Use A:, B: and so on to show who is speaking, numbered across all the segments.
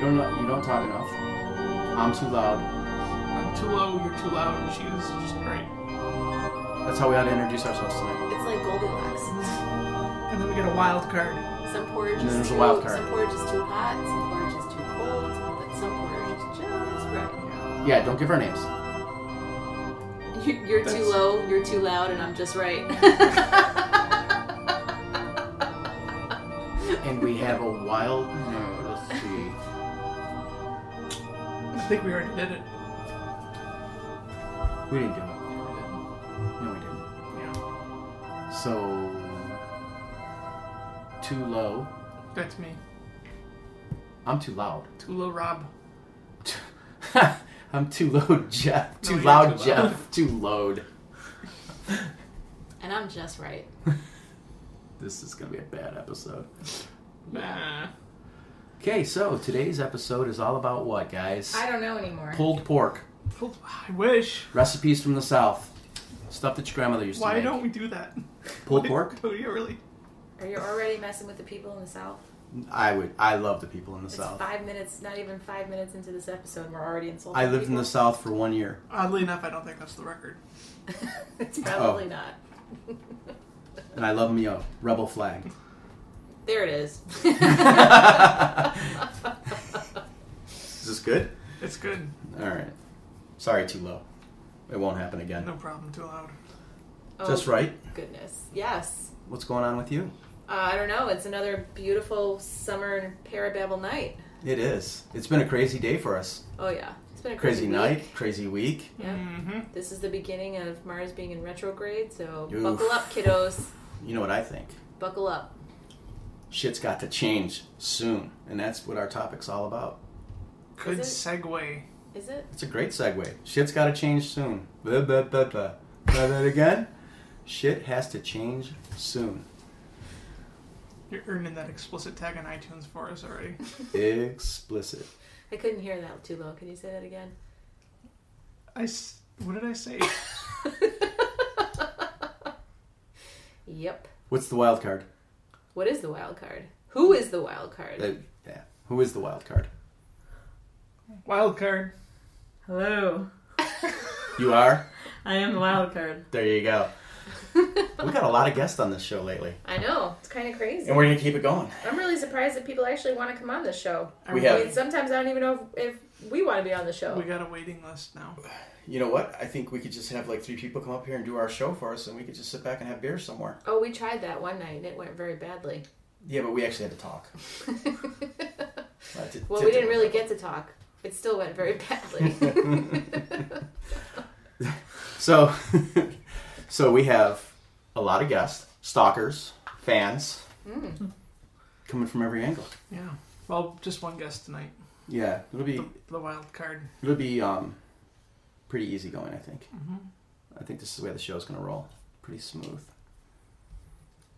A: don't know, you don't talk enough. I'm too loud.
B: I'm too low, you're too loud, and she was just great.
A: That's how we ought to introduce ourselves tonight.
C: It's like Goldilocks.
B: And then we get a wild card.
C: Some porridge
A: And then
C: is
A: there's a
C: too
A: wild card.
C: some porridge is too hot, some porridge is too cold, but some porridge is just right.
A: Yeah, don't give our names.
C: You, you're too
B: That's-
C: low, you're too loud, and I'm just right.
A: And we have a wild. No, let's see.
B: I think we already did it.
A: We didn't do it. No, we didn't. Yeah. So. Too low.
B: That's me.
A: I'm too loud.
B: Too low, Rob.
A: I'm too low, Jeff. Too
B: you're
A: loud,
B: too loud.
A: Jeff. Too loud.
C: and I'm just right.
A: This is gonna be a bad episode.
B: Nah.
A: Okay, so today's episode is all about what, guys?
D: I don't know anymore.
A: Pulled pork.
B: I wish.
A: Recipes from the South. Stuff that your grandmother used to
B: Why
A: make.
B: don't we do that?
A: Pulled
B: Why
A: pork?
B: Don't you really?
D: Are you already messing with the people in the South?
A: I would. I love the people in the
D: It's
A: South.
D: five minutes, not even five minutes into this episode, we're already insulting.
A: I lived in the
D: people.
A: South for one year.
B: Oddly enough, I don't think that's the record.
D: it's
A: Oh.
D: probably not.
A: and I love me a rebel flag.
D: There it is.
A: Is this good?
B: It's good.
A: All right. Sorry, too low. It won't happen again.
B: No problem. Too loud.
D: Oh,
A: Just right.
D: Goodness. Yes.
A: What's going on with you?
D: Uh, I don't know. It's another beautiful summer parababble night.
A: It is. It's been a crazy day for us.
D: Oh yeah, it's been a
A: Crazy
D: crazy,
A: night,
D: week.
A: crazy week.
D: Yeah.
B: Mm-hmm.
D: This is the beginning of Mars being in retrograde, so
A: Oof.
D: buckle up, kiddos.
A: You know what I think?
D: Buckle up.
A: Shit's got to change soon, and that's what our topic's all about.
B: Good
D: Is
B: segue.
D: Is it?
A: It's a great segue. Shit's got to change soon. Blah, blah, blah, blah. Try that again. Shit has to change soon.
B: You're earning that explicit tag on iTunes for us already.
A: Explicit.
D: I couldn't hear that too low. Can you say that again?
B: I. S- what did I say?
D: Yep.
A: What's the wild card?
D: What is the wild card? Who is the wild card?
A: Uh, yeah. Who is the wild card?
B: Wild card.
E: Hello,
A: You are?
E: I am the wild card.
A: There you go. we got a lot of guests on this show lately,
D: I know it's kind of crazy.
A: and we're going to keep it going.
D: I'm really surprised that people actually want to come on this show.
A: We
D: I mean,
A: have.
D: sometimes I don't even know if, if we want to be on the show.
B: We got a waiting list now.
A: You know what? I think we could just have like three people come up here and do our show for us, and we could just sit back and have beer somewhere.
D: oh, we tried that one night and it went very badly.
A: Yeah, but we actually had to talk. Uh,
D: well, we didn't really get to talk. It still went very badly.
A: So, so we have a lot of guests, stalkers, fans,
D: Hmm,
A: coming from every angle.
B: Yeah. Well, just one guest tonight.
A: Yeah, it'll be
B: The, the wild card.
A: it'll be um, pretty easy going. I think.
D: Mm-hmm.
A: I think this is where the show's gonna roll. Pretty smooth.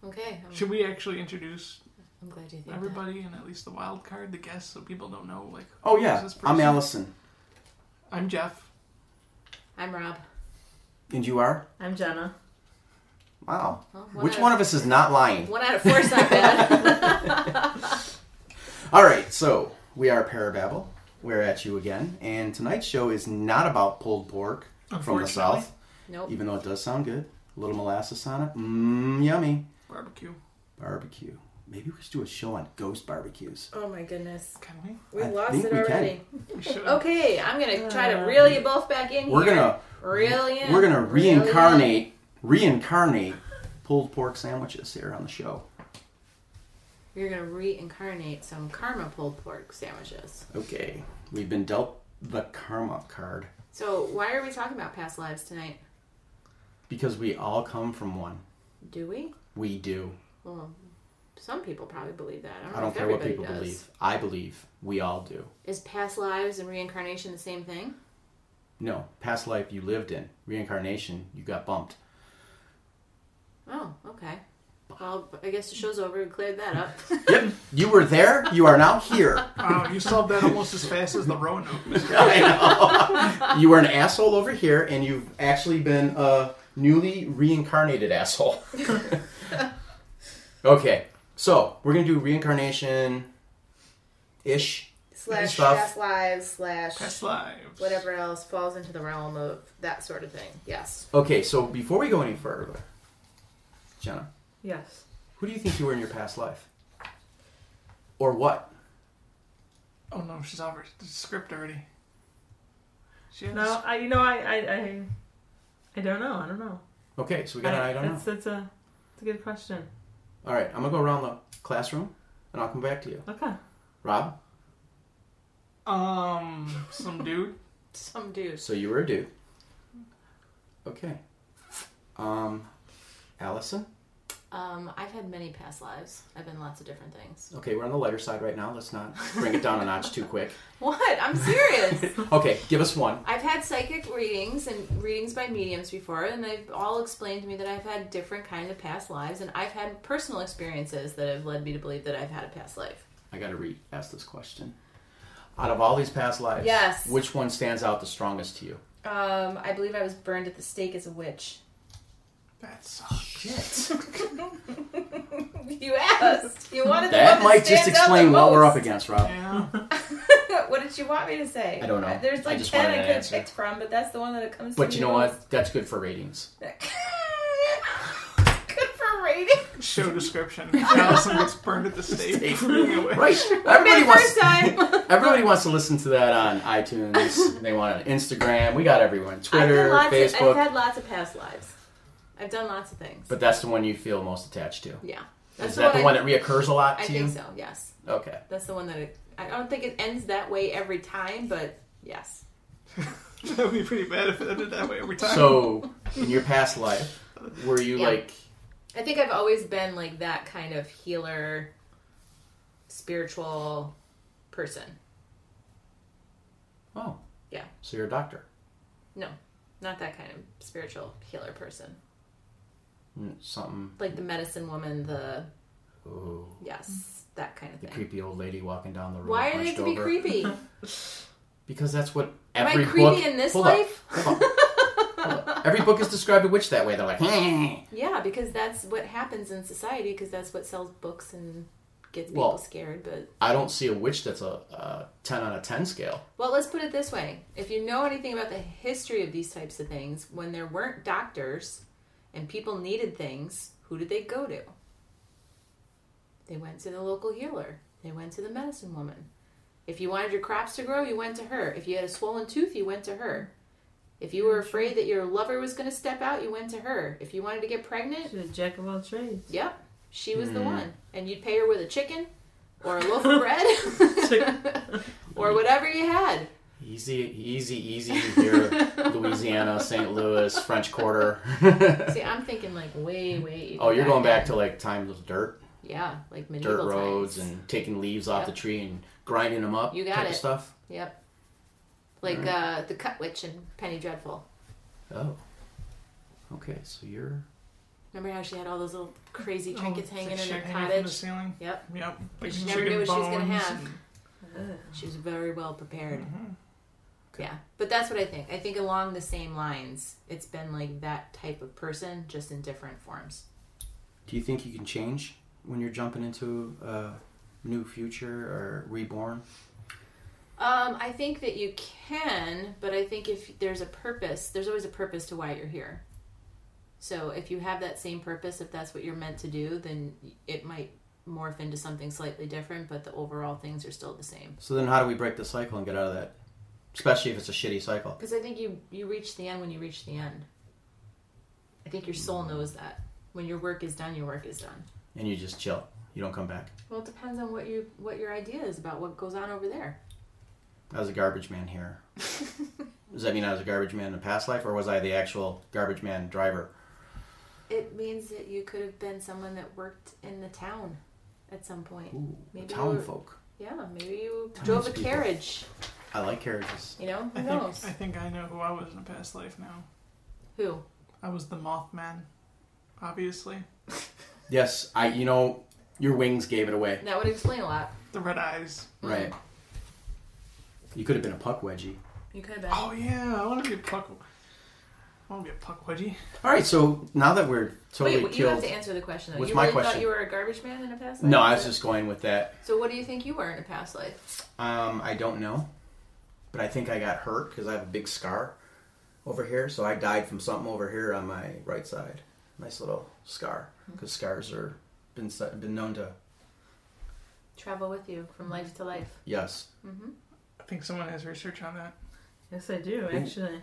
D: okay, I'm,
B: Should we actually introduce
D: I'm glad you think
B: everybody and at least the wild card, the guests, so people don't know? Like,
A: Oh
B: who is
A: yeah,
B: this
A: I'm
B: person?
A: Allison,
B: I'm Jeff.
D: That. I'm Rob.
A: and you are.
E: I'm Jenna.
A: Wow.
B: Oh,
D: Well,
A: Which
D: out
A: one
D: of,
A: of us is not lying?
D: one out of four's not bad.
A: All right, so we are Parababble. We're at you again, and tonight's show is not about pulled pork from the
B: Unfortunately.
A: south,
D: nope.
A: even though it does sound good. A little molasses on it, mmm, yummy.
B: Barbecue.
A: Barbecue. Maybe we should do a show on ghost barbecues.
D: Oh my goodness,
B: Can we?
D: we
A: I
D: lost
A: think
D: it
A: we can.
D: already.
B: We should.
D: Okay, I'm
E: Uh,
D: gonna try to reel you both back in
A: We're
D: here.
A: gonna
D: reel in.
A: we're gonna
D: reel in.
A: reincarnate reincarnate pulled pork sandwiches here on the show.
D: You're gonna reincarnate some karma pulled pork sandwiches.
A: Okay, we've been dealt the karma card
D: So why are we talking about past lives tonight?
A: because we all come from one.
D: Do we?
A: We do.
D: Well, some people probably believe that. I don't,
A: I
D: know
A: don't
D: if
A: care what
D: everybody
A: people
D: does.
A: believe. I believe we all do.
D: Is past lives and reincarnation the same thing?
A: No, past life you lived in, reincarnation you got bumped.
D: Oh, okay. Well, I guess the show's over. We cleared that up.
A: Yep, you were there. You are now here.
B: Wow, you solved that almost as fast as the Roanoke.
A: I know. You were an asshole over here, and you've actually been a newly reincarnated asshole. okay, so we're gonna do reincarnation ish
C: slash
A: Stuff.
C: past lives slash
B: Past lives.
C: whatever else falls into the realm of that sort of thing. Yes.
A: Okay, so before we go any further, Jenna,
E: Yes.
A: who do you think you were in your past life? Or what?
B: Oh no, she's off her the script already. She has
E: No, I. You know, I. I. I, I don't know. I don't know.
A: Okay, so we got an I don't know.
E: That's, that's a. That's a good question.
A: All right, I'm gonna go around the classroom, and I'll come back to you.
E: Okay.
A: Rob,
B: um some dude.
D: Some dude.
A: so you were a dude. Okay. Um, Allison.
D: Um, I've had many past lives. I've been lots of different things.
A: Okay, we're on the lighter side right now. Let's not bring it down a notch too quick.
D: What? I'm serious.
A: Okay, give us one.
D: I've had psychic readings and readings by mediums before, and they've all explained to me that I've had different kinds of past lives, and I've had personal experiences that have led me to believe that I've had a past life.
A: I gotta re ask this question. Out of all these past lives,
C: Yes.
A: which one stands out the strongest to you?
C: Um, I believe I was burned at the stake as a witch.
B: That's
A: Shit.
C: you asked. You wanted the one
A: that might just
C: stands out the
A: explain what we're
C: most.
A: up against, Rob.
B: yeah.
C: what did you want me to say?
A: I don't know.
C: There's
A: I
C: like
A: just
C: ten
A: wanted
C: I
A: an
C: could have
A: answer.
C: picked from, but that's the one that comes.
A: But
C: to
A: you
C: me
A: know
C: most.
A: what? That's good for ratings.
C: Good for rating.
B: Show description. Allison gets burned at the stake. for being a witch.
A: Right. Everybody wants
C: first time.
A: everybody wants to listen to that on iTunes. they want it on Instagram. We got everyone.
D: I've,
A: Twitter,
D: done lots
A: Facebook.
D: Of, I've had lots of past lives. I've done lots of things.
A: but that's the one you feel most attached to.
D: yeah.
A: Is that the
D: I-
A: one that reoccurs a lot to
D: I
A: you?
D: think so, yes.
A: Okay.
D: That's the one that it, I don't think it ends that way every time, but yes.
B: that would be pretty bad if it ended that way every time.
A: So in your past life, were you
D: Yeah.
A: like
D: I think I've always been like that kind of healer, spiritual person.
A: oh.
D: Yeah.
A: So you're a doctor.
D: Not that kind of spiritual healer person.
A: Mm, Something
D: Like the medicine woman, the
A: ooh.
D: yes, that kind of
A: The
D: thing.
A: creepy old lady walking down the road.
D: Why are they
A: hunched
D: to be
A: over.
D: creepy?
A: Because that's what
D: Am I
A: every
D: creepy
A: book
D: in this
A: Hold up.
D: life?
A: Hold on. Hold on. Every book is described a witch that way. They're like, "Hmm."
D: Yeah, because that's what happens in society. Because that's what sells books and gets people
A: Well-
D: scared. But
A: I don't see a witch that's a, a ten on a ten scale.
D: well, let's put it this way: if you know anything about the history of these types of things, when there weren't doctors and people needed things, who did they go to? They went to the local healer. They went to the medicine woman. If you wanted your crops to grow, you went to her. If you had a swollen tooth, you went to her. If you were afraid that your lover was going to step out, you went to her. If you wanted to get pregnant,
E: She's a jack of all trades.
D: Yep, she was the
A: Hmm.
D: one, and you'd pay her with a chicken or a loaf of bread or whatever you had.
A: Easy, easy, easy here. Louisiana, St. Louis, French Quarter.
D: See, I'm thinking like way, way.
A: oh, you're going back
D: then.
A: to like times of dirt,
D: yeah, like medieval
A: dirt roads,
D: times.
A: and taking leaves
D: Yep.
A: off the tree and grinding them up.
D: You got
A: type
D: it.
A: of stuff.
D: Yep, like
A: Alright.
D: uh, the Cut Witch and Penny Dreadful.
A: Oh, okay. So you're
D: Remember how she had all those little crazy
B: Oh,
D: trinkets
B: it's like
D: hanging in
B: shit
D: her
B: hanging from the
D: cottage?
B: ceiling.
D: Yep,
B: Yep. Like
D: She
B: chicken
D: never knew what she was gonna
B: bones
D: have.
B: and-
D: she was very well prepared.
B: Mhm.
D: Yeah, but that's what I think. I think along the same lines, it's been like that type of person, just in different forms.
A: Do you think you can change when you're jumping into a new future or reborn?
D: Um, I think that you can, but I think if there's a purpose, there's always a purpose to why you're here. So if you have that same purpose, if that's what you're meant to do, then it might morph into something slightly different, but the overall things are still the same.
A: So then, how do we break the cycle and get out of that? Especially if it's a shitty cycle.
D: Because I think you you reach the end when you reach the end. I think your soul knows that. When your work is done, your work is done.
A: And you just chill. You don't come back.
D: Well, it depends on what you what your idea is about what goes on over there.
A: I was a garbage man here. Does that mean I was a garbage man in a past life, or was I the actual garbage man driver?
D: It means that you could have been someone that worked in the town at some point.
A: Ooh,
D: Maybe
A: town
D: you-
A: folk.
D: Yeah, maybe you
A: Tons
D: drove a
A: of people.
D: carriage.
A: I like carriages.
D: You know,
B: I
D: who
B: think
D: knows?
B: I think I know who I was in a past life now.
D: Who?
B: I was the Mothman, obviously.
A: Yes, I. You know, your wings gave it away.
D: That would explain a lot.
B: The red eyes.
D: Mm-hmm.
A: Right. You could have been a puck wedgie. Oh,
D: You could have been.
B: Oh yeah, I want to be a puck. I want to be a puck wedgie.
A: All right, so now that we're totally
D: Wait, what- you have to
A: killed.
D: answer the question though.
A: What's
D: you
A: my
D: really
A: question?
D: thought you were a garbage man in a past life?
A: No, I was just going with that.
D: So what do you think you were in a past life?
A: Um, I don't know, but I think I got hurt because I have a big scar over here. So I died from something over here on my right side. Nice little scar
B: Hmm.
A: because scars are been s- been known to
D: Travel with you from life to life.
A: yes.
D: hmm
B: I think someone has research on that.
E: Yes, I do actually.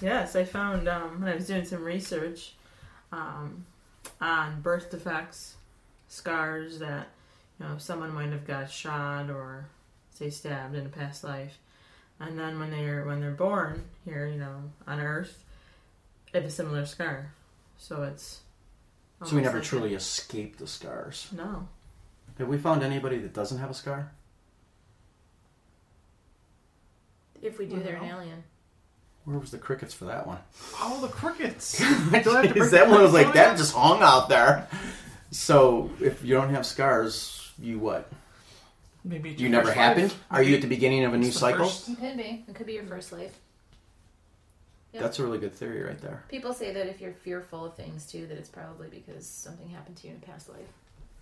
E: Yes, I found um, when I was doing some research um, on birth defects, scars that you know someone might have got shot or say stabbed in a past life, and then when they're when they're born here, you know, on Earth, they have a similar scar. So it's
B: Oh,
A: So we
E: almost
A: never
E: like
A: truly escaped the scars.
E: that. No,
A: Have we found anybody that doesn't have a scar?
D: If we do, they're an
B: Well.
D: alien.
A: Where was the crickets for that one?
B: Oh, the crickets. Don't have to
A: Jeez,
B: bring
A: that
B: the
A: one was like
B: crickets
A: that
B: on
A: just hung out there. So if you don't have scars, you what?
B: in? Maybe it's
A: You
B: your
A: never
B: first
A: happened?
B: life.
A: Are you at the beginning of a new
B: It's the
A: cycle?
B: first-
D: It could be. It could be your first life. Yep.
A: That's a really good theory right there.
D: People say that if you're fearful of things too, that it's probably because something happened to you in a past life.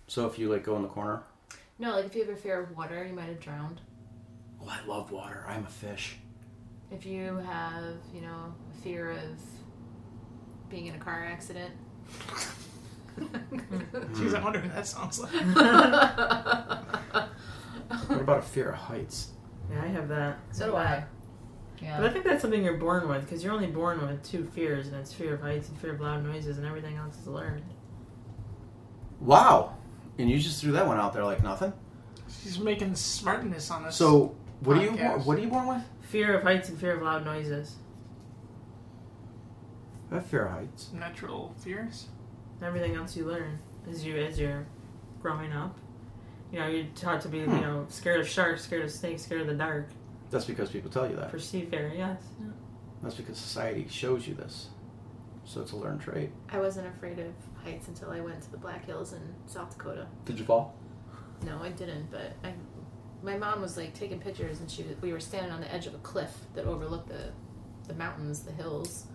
A: So if you like go in the corner.
D: No, like if you have a fear of water, you might have drowned.
A: Oh, I love water. I'm a fish.
D: If you have, you know, a fear of being in a car accident.
B: Jeez, I wonder what that sounds like.
D: Hmm.
A: What about a fear of heights?
E: yeah, I have that.
D: so do I.
E: But I
D: Yeah.
E: think that's something you're born with because you're only born with two fears, and it's fear of heights and fear of loud noises, and everything else is learned.
A: Wow. And you just threw that one out there like nothing.
B: She's making smartness on us.
A: So what are you
B: Podcast.
A: what are you born with?
E: Fear of heights and fear of loud noises.
A: I have fear of heights.
B: natural fears.
E: Everything else you learn as you as you're growing up. You know, you're taught to be,
A: Hmm.
E: you know, scared of sharks, scared of snakes, scared of the dark.
A: That's because people tell you that.
E: Perceived fear, yes.
A: That's because society shows you this. So it's a learned trait.
D: I wasn't afraid of heights until I went to the Black Hills in South Dakota.
A: Did you fall?
D: No, I didn't, but I my mom was like taking pictures and she was, we were standing on the edge of a cliff that overlooked the the mountains, the hills.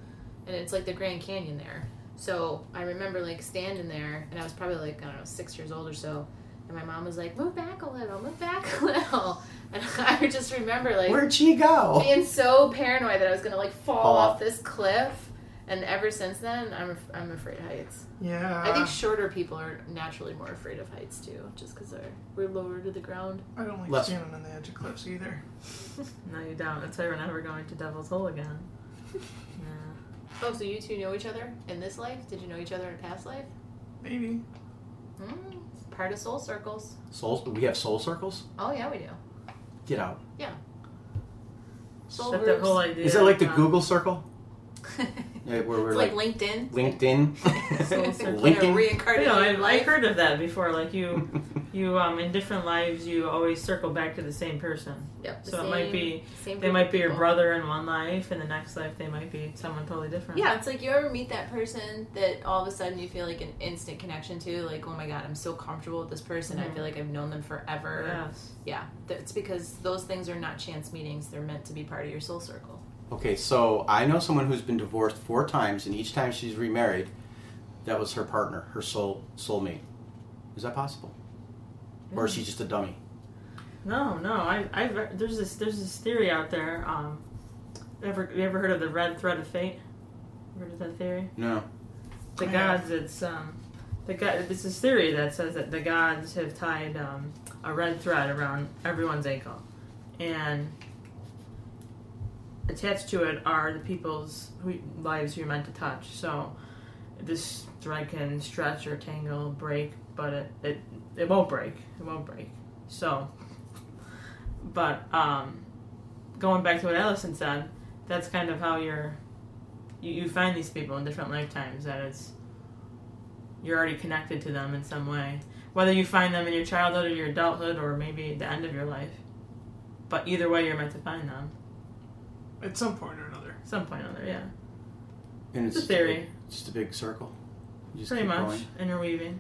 D: And it's like the Grand Canyon there. So I remember like standing there and I was probably like, I don't know, six years old or so. And my mom was like, Move back a little, move back a little and I just remember like
A: Where'd she go?
D: being so paranoid that I was gonna like fall
A: Oh. Fall
D: off
A: off.
D: this cliff. And ever since then, I'm af- I'm afraid of heights.
B: Yeah.
D: I
A: Uh.
D: think shorter people are naturally more afraid of heights too, just because they're we're lower to the ground.
B: I don't like
A: Less-
B: standing on the edge of cliffs either.
E: No, you don't. That's why we're never going to Devil's Hole again. Yeah.
D: Oh, so you two know each other in this life? Did you know each other in a past life?
B: Maybe.
D: Mm, it's part of soul circles.
A: Souls we have soul circles?
D: Oh yeah, we do.
A: Get out.
D: Soul
E: Shut that
D: groups.
E: whole idea. uh,
A: Is that like the
E: down.
A: Google circle?
D: it's
A: Yeah, Where we're
D: like,
A: like,
D: LinkedIn.
A: LinkedIn?
E: Soul circle.
D: They're
A: LinkedIn?
E: You
D: reincarnated
E: know, I've, I've
D: life.
E: heard of that before. Like you, you um, in different lives, you always circle back to the same person.
D: Yep, the
E: so
D: same,
E: it might be
D: same
E: They
D: group
E: might
D: of
E: be your
D: people.
E: brother in one life, and the next life they might be someone totally different.
D: Yeah, it's like you ever meet that person that all of a sudden you feel like an instant connection to, like, oh my god, I'm so comfortable with this person. I
E: Mhm.
D: feel like I've known them forever.
E: Yes.
D: Mm-hmm. Yeah, that's because those things are not chance meetings. They're meant to be part of your soul circle.
A: Okay, so I know someone who's been divorced four times, and each time she's remarried, that was her partner, her soul soulmate. Is that possible, or
E: Mm.
A: is she just a dummy?
E: No, no. I, I, there's this, there's this theory out there. Um, ever, you ever heard of the red thread of fate? Heard of that theory?
A: No.
E: The
B: I
E: gods. It's um, the god. It's this theory that says that the gods have tied um, a red thread around everyone's ankle, and attached to it are the people's who, lives who you're meant to touch. So this thread can stretch or tangle, break, but it, it it won't break. It won't break. So, but um, going back to what Allison said, that's kind of how you're. You, you find these people in different lifetimes. That it's you're already connected to them in some way, whether you find them in your childhood or your adulthood or maybe at the end of your life. But either way, you're meant to find them
B: At some point or another.
E: at some point or another. Yeah,
A: And
E: it's a
A: just
E: theory,
A: big- just a big circle. You just
E: pretty
A: keep
E: much
A: going.
E: interweaving.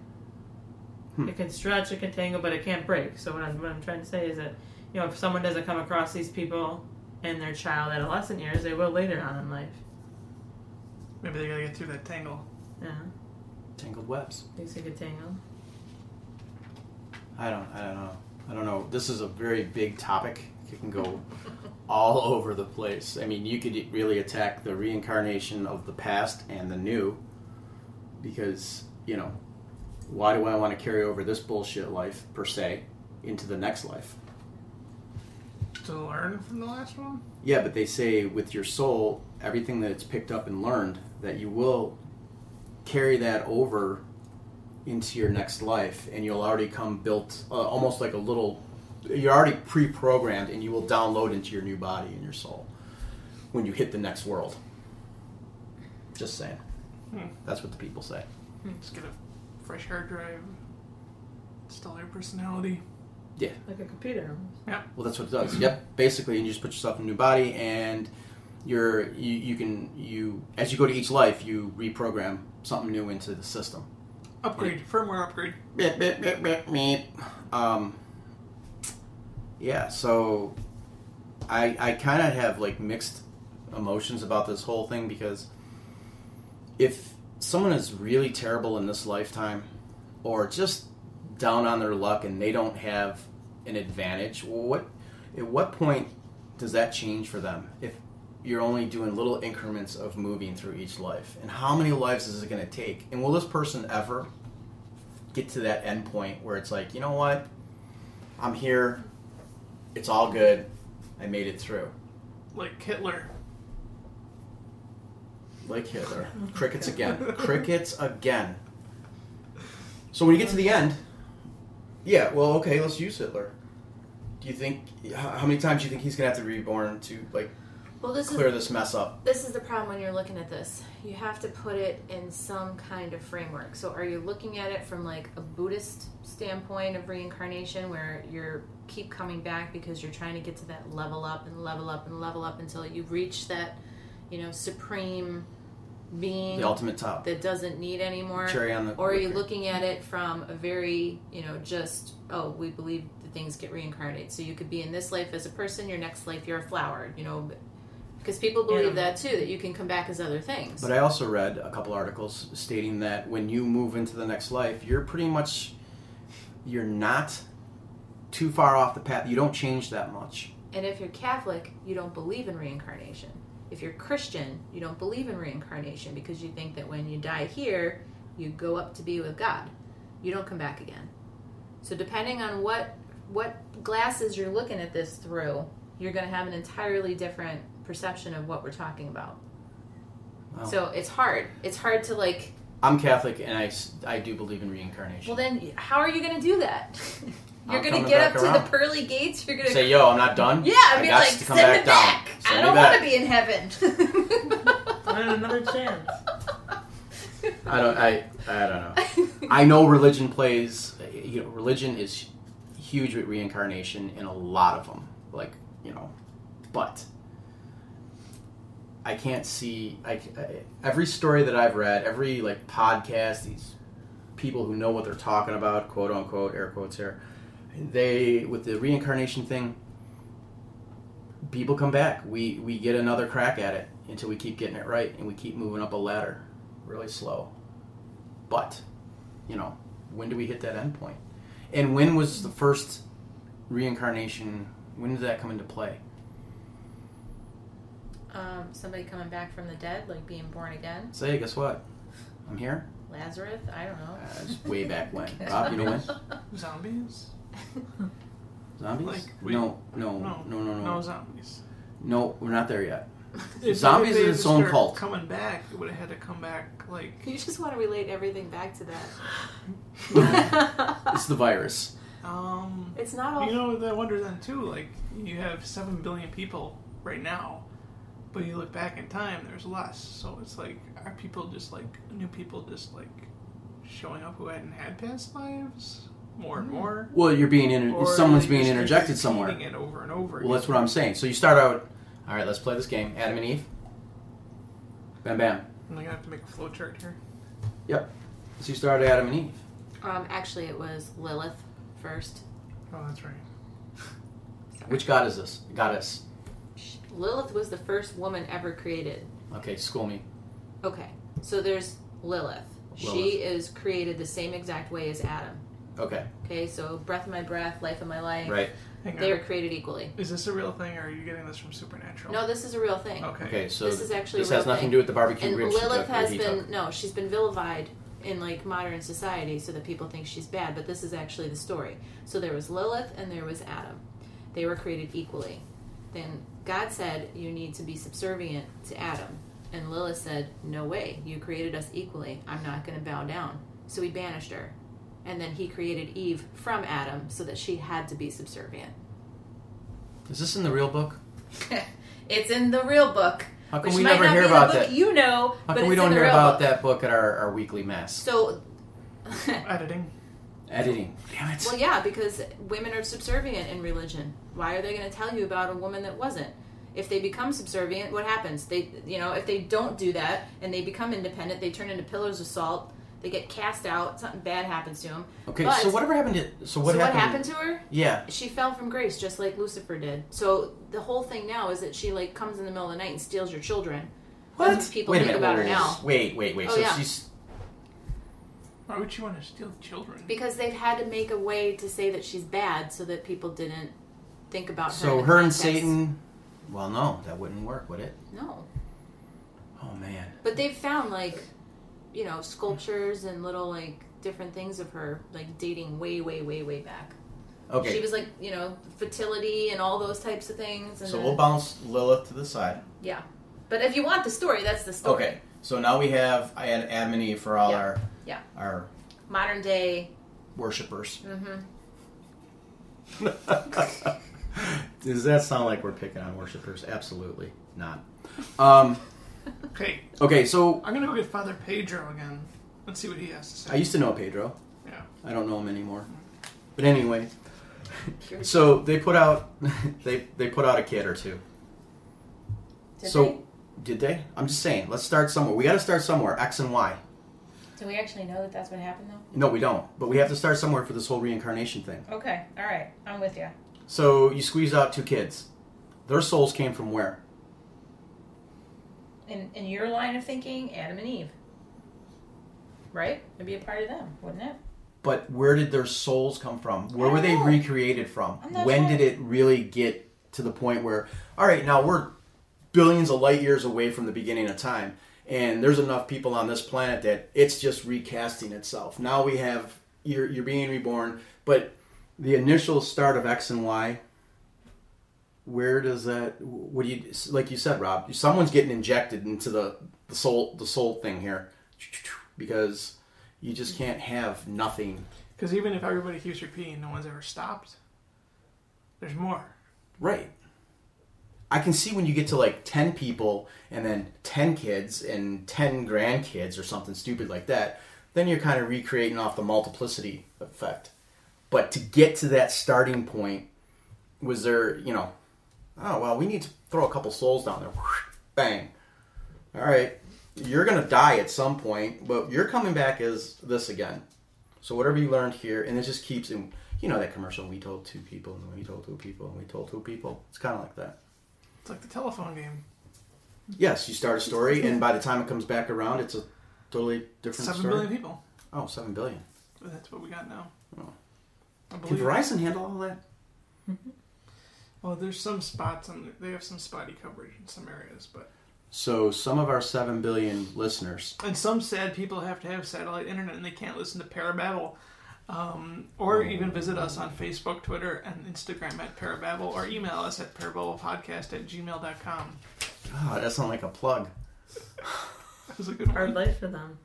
A: Hmm.
E: It can stretch, it can tangle, but it can't break. So what I'm what I'm trying to say is that you know if someone doesn't come across these people in their child adolescent years, they will later on in life.
B: Maybe they gotta get through that tangle.
E: Yeah.
A: Tangled webs.
E: Thinks they could tangle.
A: I don't. I don't know. I don't know. This is a very big topic. It can go all over the place. I mean, you could really attack the reincarnation of the past and the new, because you know, why do I want to carry over this bullshit life per se into the next life?
B: To learn from the last one?
A: Yeah, but they say with your soul, everything that it's picked up and learned, that you will carry that over into your next life, and you'll already come built, uh, almost like a little. You're already pre-programmed, and you will download into your new body and your soul when you hit the next world. Just saying.
B: Hmm.
A: That's what the people say.
B: Just get a fresh hard drive, install your personality.
E: Like a computer.
A: Well, that's what it does. Yep. Basically, and you just put yourself in a new body, and you're you, you can you as you go to each life, you reprogram something new into the system.
B: Upgrade, firmware upgrade.
A: Beep, beep, beep, beep, beep. Um, yeah, so I, I kind of have like mixed emotions about this whole thing because if someone is really terrible in this lifetime or just down on their luck and they don't have an advantage, what at what point does that change for them if you're only doing little increments of moving through each life? And how many lives is it going to take? And will this person ever get to that end point where it's like, you know what? I'm here. It's all good. I made it through.
B: Like Hitler.
A: Like Hitler. Crickets again. Crickets again. So when you get to the end, yeah, well, okay, let's use Hitler. Do you think, h- how many times do you think he's going to have to be reborn to, like,
D: Well, this is
A: clear this mess up?
D: This is the problem when you're looking at this. You have to put it in some kind of framework. So, are you looking at it from like a Buddhist standpoint of reincarnation, where you're keep coming back because you're trying to get to that level up and level up and level up until you reach that, you know, supreme being
A: The ultimate top.
D: that doesn't need anymore?
A: Cherry on the.
D: Or are you
A: liquor.
D: looking at it from a very, you know, just, oh, we believe that things get reincarnated. So you could be in this life as a person, your next life you're a flower, you know. Because people believe
E: Yeah.
D: that too, that you can come back as other things.
A: But I also read a couple articles stating that when you move into the next life, you're pretty much you're not too far off the path. You don't change that much.
D: and if you're Catholic, you don't believe in reincarnation. If you're Christian, you don't believe in reincarnation because you think that when you die here, you go up to be with God. You don't come back again. So depending on what what glasses you're looking at this through, you're going to have an entirely different perception of what we're talking about.
A: Wow.
D: So it's hard. It's hard to like.
A: I'm Catholic and I, s- I do believe in reincarnation.
D: Well, then how are you going to do that? you're
A: I'm
D: going to
A: coming
D: get
A: back
D: up to
A: around.
D: the pearly gates. You're going to
A: Say, yo, I'm not done.
D: Yeah, I mean,
A: gots
D: like,
A: to come
D: send it
A: down.
D: back.
A: Send
D: I
A: me
D: don't
A: back.
D: want to be in heaven.
E: I had another chance.
A: I don't. I. I don't know. I know religion plays. You know, religion is huge with reincarnation in a lot of them. Like you know, but I can't see. I, I- every story that I've read, every like podcast, these people who know what they're talking about, quote unquote, air quotes here. They with the reincarnation thing. People come back. We we get another crack at it until we keep getting it right, and we keep moving up a ladder, really slow. But, you know, when do we hit that end point? And when was the first reincarnation? When did that come into play?
D: um, somebody coming back from the dead, like being born again.
A: Say, guess what? I'm here.
D: Lazarus, I don't know.
A: Uh, it's way back when. Bob, you know when?
B: Zombies?
A: Zombies?
B: Like, we-
A: no, no, no, no,
B: no,
A: no,
B: No
A: no,
B: zombies.
A: We're not there yet.
B: If-
A: Zombies
B: if they
A: is its own
B: start
A: cult.
B: Coming back, it would have had to come back like.
D: You just want to relate everything back to
A: It's
D: that.
A: the virus.
B: Um.
D: it's not
A: Oh.
D: all.
B: You know, I wonder then too, like, you have 7 billion people right now, but you look back in time, there's less. So it's like, are people just like, new people just like showing up who hadn't had past lives more and more?
A: Well, you're being inter-
B: Or
A: Hmm. someone's
B: they
A: being
B: just keep
A: interjected
B: repeating
A: somewhere.
B: it over and over
A: Well, that's
B: again?
A: what I'm saying. So you start out. All right, let's play this game. Adam and Eve. Bam, bam.
B: I'm gonna have to make a flow chart here.
A: So you start at Adam and Eve.
D: Um, actually, it was Lilith first.
B: Oh, that's right.
A: Which god is this? Goddess.
D: Lilith was the first woman ever created.
A: Okay, school me.
D: Okay, so there's Lilith. She is created the same exact way as Adam.
A: Okay,
D: Okay, so breath of my breath, life of my life.
A: right.
B: Hang
D: They
B: on.
D: are created equally.
B: Is this a real thing, or are you getting this from Supernatural?
D: No, this is a real thing.
B: Okay.
A: Okay, Oh, so
D: This is actually
A: this
D: a real
A: has nothing
D: thing.
A: to do with the barbecue
D: and
A: ribs she
D: Lilith
A: took or
D: has
A: he
D: been
A: took.
D: no, she's been vilified in like modern society, so that people think she's bad. But this is actually the story. So there was Lilith and there was Adam. They were created equally. Then God said, "You need to be subservient to Adam," and Lilith said, "No way. You created us equally. I'm not going to bow down." So he banished her, and then he created Eve from Adam, so that she had to be subservient.
A: Is this in the real book?
D: it's in the real book.
A: How come
D: Which
A: we
D: might
A: never
D: not
A: hear
D: be the
A: about
D: book
A: that?
D: You know,
A: How
D: but
A: come we
D: it's
A: don't
D: in the
A: hear
D: real
A: about
D: book.
A: that book at our, our weekly mass?
D: So,
B: Editing.
A: Editing. Damn it.
D: well, yeah, because women are subservient in religion. Why are they going to tell you about a woman that wasn't? If they become subservient, what happens? They, you know, if they don't do that and they become independent, they turn into pillars of salt. They get cast out. Something bad happens to them.
A: okay,
D: but-
A: so whatever happened to so
D: So
A: what happened?
D: what happened to her?
A: Yeah.
D: She fell from grace, just like Lucifer did. So the whole thing now is that she like comes in the middle of the night and steals your children. That's what people
A: wait a
D: think
A: minute,
D: about her
A: whoa,
D: now.
A: Wait, wait, wait.
D: Oh,
A: so
D: yeah.
A: she's
B: Why would you want to steal children?
D: Because they've had to make a way to say that she's bad so that people didn't think about Oh, her. in
A: so
D: the
A: her and
D: context.
A: Satan well no, that wouldn't work, would it?
D: No.
A: Oh man.
D: But they've found like, you know, sculptures and little like different things of her like dating way, way, way, way back.
A: Okay.
D: She was like, you know, fertility and all those types of things. And
A: so
D: then-
A: we'll bounce Lilith to the side.
D: yeah. But if you want the story, that's the story.
A: Okay. So now we have I had Adam and Eve for all
D: Yeah.
A: our
D: Yeah.
A: our
D: Modern day.
A: worshippers.
D: Mm-hmm.
A: Does that sound like we're picking on worshippers? Absolutely not. Um,
B: Okay,
A: okay, so
B: I'm gonna go get Father Pedro again. Let's see what he has to say.
A: I used to know Pedro.
B: Yeah.
A: I don't know him anymore. But anyway, so they put out they they put out a kid or two.
D: Did
A: so did they? I'm just saying. Let's start somewhere. We got to start somewhere. X and Y.
D: they, do we actually know that that's what happened though?
A: No, we don't. But we have to start somewhere for this whole reincarnation thing.
D: Okay. All right. I'm with you.
A: So you squeeze out two kids. Their souls came from where?
D: In in your line of thinking, Adam and Eve. Right? It'd be a part of them, wouldn't it?
A: But where did their souls come from? Where
D: I
A: were they
D: don't know.
A: recreated from?
D: I'm not
A: When
D: sure.
A: did it really get to the point where, all right, now we're billions of light years away from the beginning of time, and there's enough people on this planet that it's just recasting itself. Now we have you're you're being reborn, but the initial start of X and Y. Where does that? What do you like? You said, Rob, someone's getting injected into the the soul the soul thing here, because you just can't have nothing
B: Because even if everybody keeps repeating, no one's ever stopped. There's more.
A: Right. I can see when you get to like 10 people and then 10 kids and 10 grandkids or something stupid like that, then you're kind of recreating off the multiplicity effect. But to get to that starting point, was there, you know, oh, well, we need to throw a couple souls down there. Bang. All right. You're going to die at some point, but you're coming back as this again. So whatever you learned here, and it just keeps in. You know that commercial? We told two people, and we told two people, and we told two people. It's kind of like that.
B: It's like the telephone game.
A: Yes, you start a story, and by the time it comes back around, it's a totally different
B: Seven
A: story.
B: billion people.
A: Oh, seven billion.
B: That's what we got now.
A: Oh.
B: I
A: Can
B: believe.
A: Verizon handle all that?
B: Well, there's some spots on. They have some spotty coverage in some areas, but
A: So some of our seven billion listeners.
B: and some sad people have to have satellite internet and they can't listen to Parababble. Um,
A: Oh.
B: or even visit us on Facebook, Twitter, and Instagram at Parababble, or email us at parababblepodcast at gmail.com.
A: God, ah, that sounds like a plug.
B: That was a good
E: Hard
B: one.
E: life for them.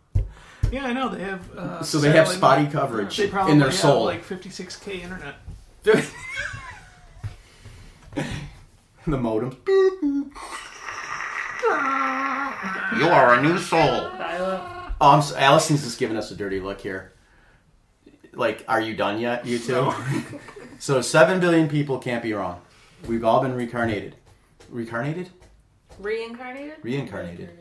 B: Yeah, I know. They have. Uh,
A: so they have
B: satellite-
A: spotty coverage
B: They probably
A: in their
B: have
A: soul.
B: like 56k internet.
A: the modem. You are a new soul.
E: Dial-up.
A: Oh, I'm so, Allison's just giving us a dirty look here. Like, are you done yet, you two? so, seven billion people can't be wrong. We've all been reincarnated. Reincarnated?
D: Reincarnated?
A: Reincarnated.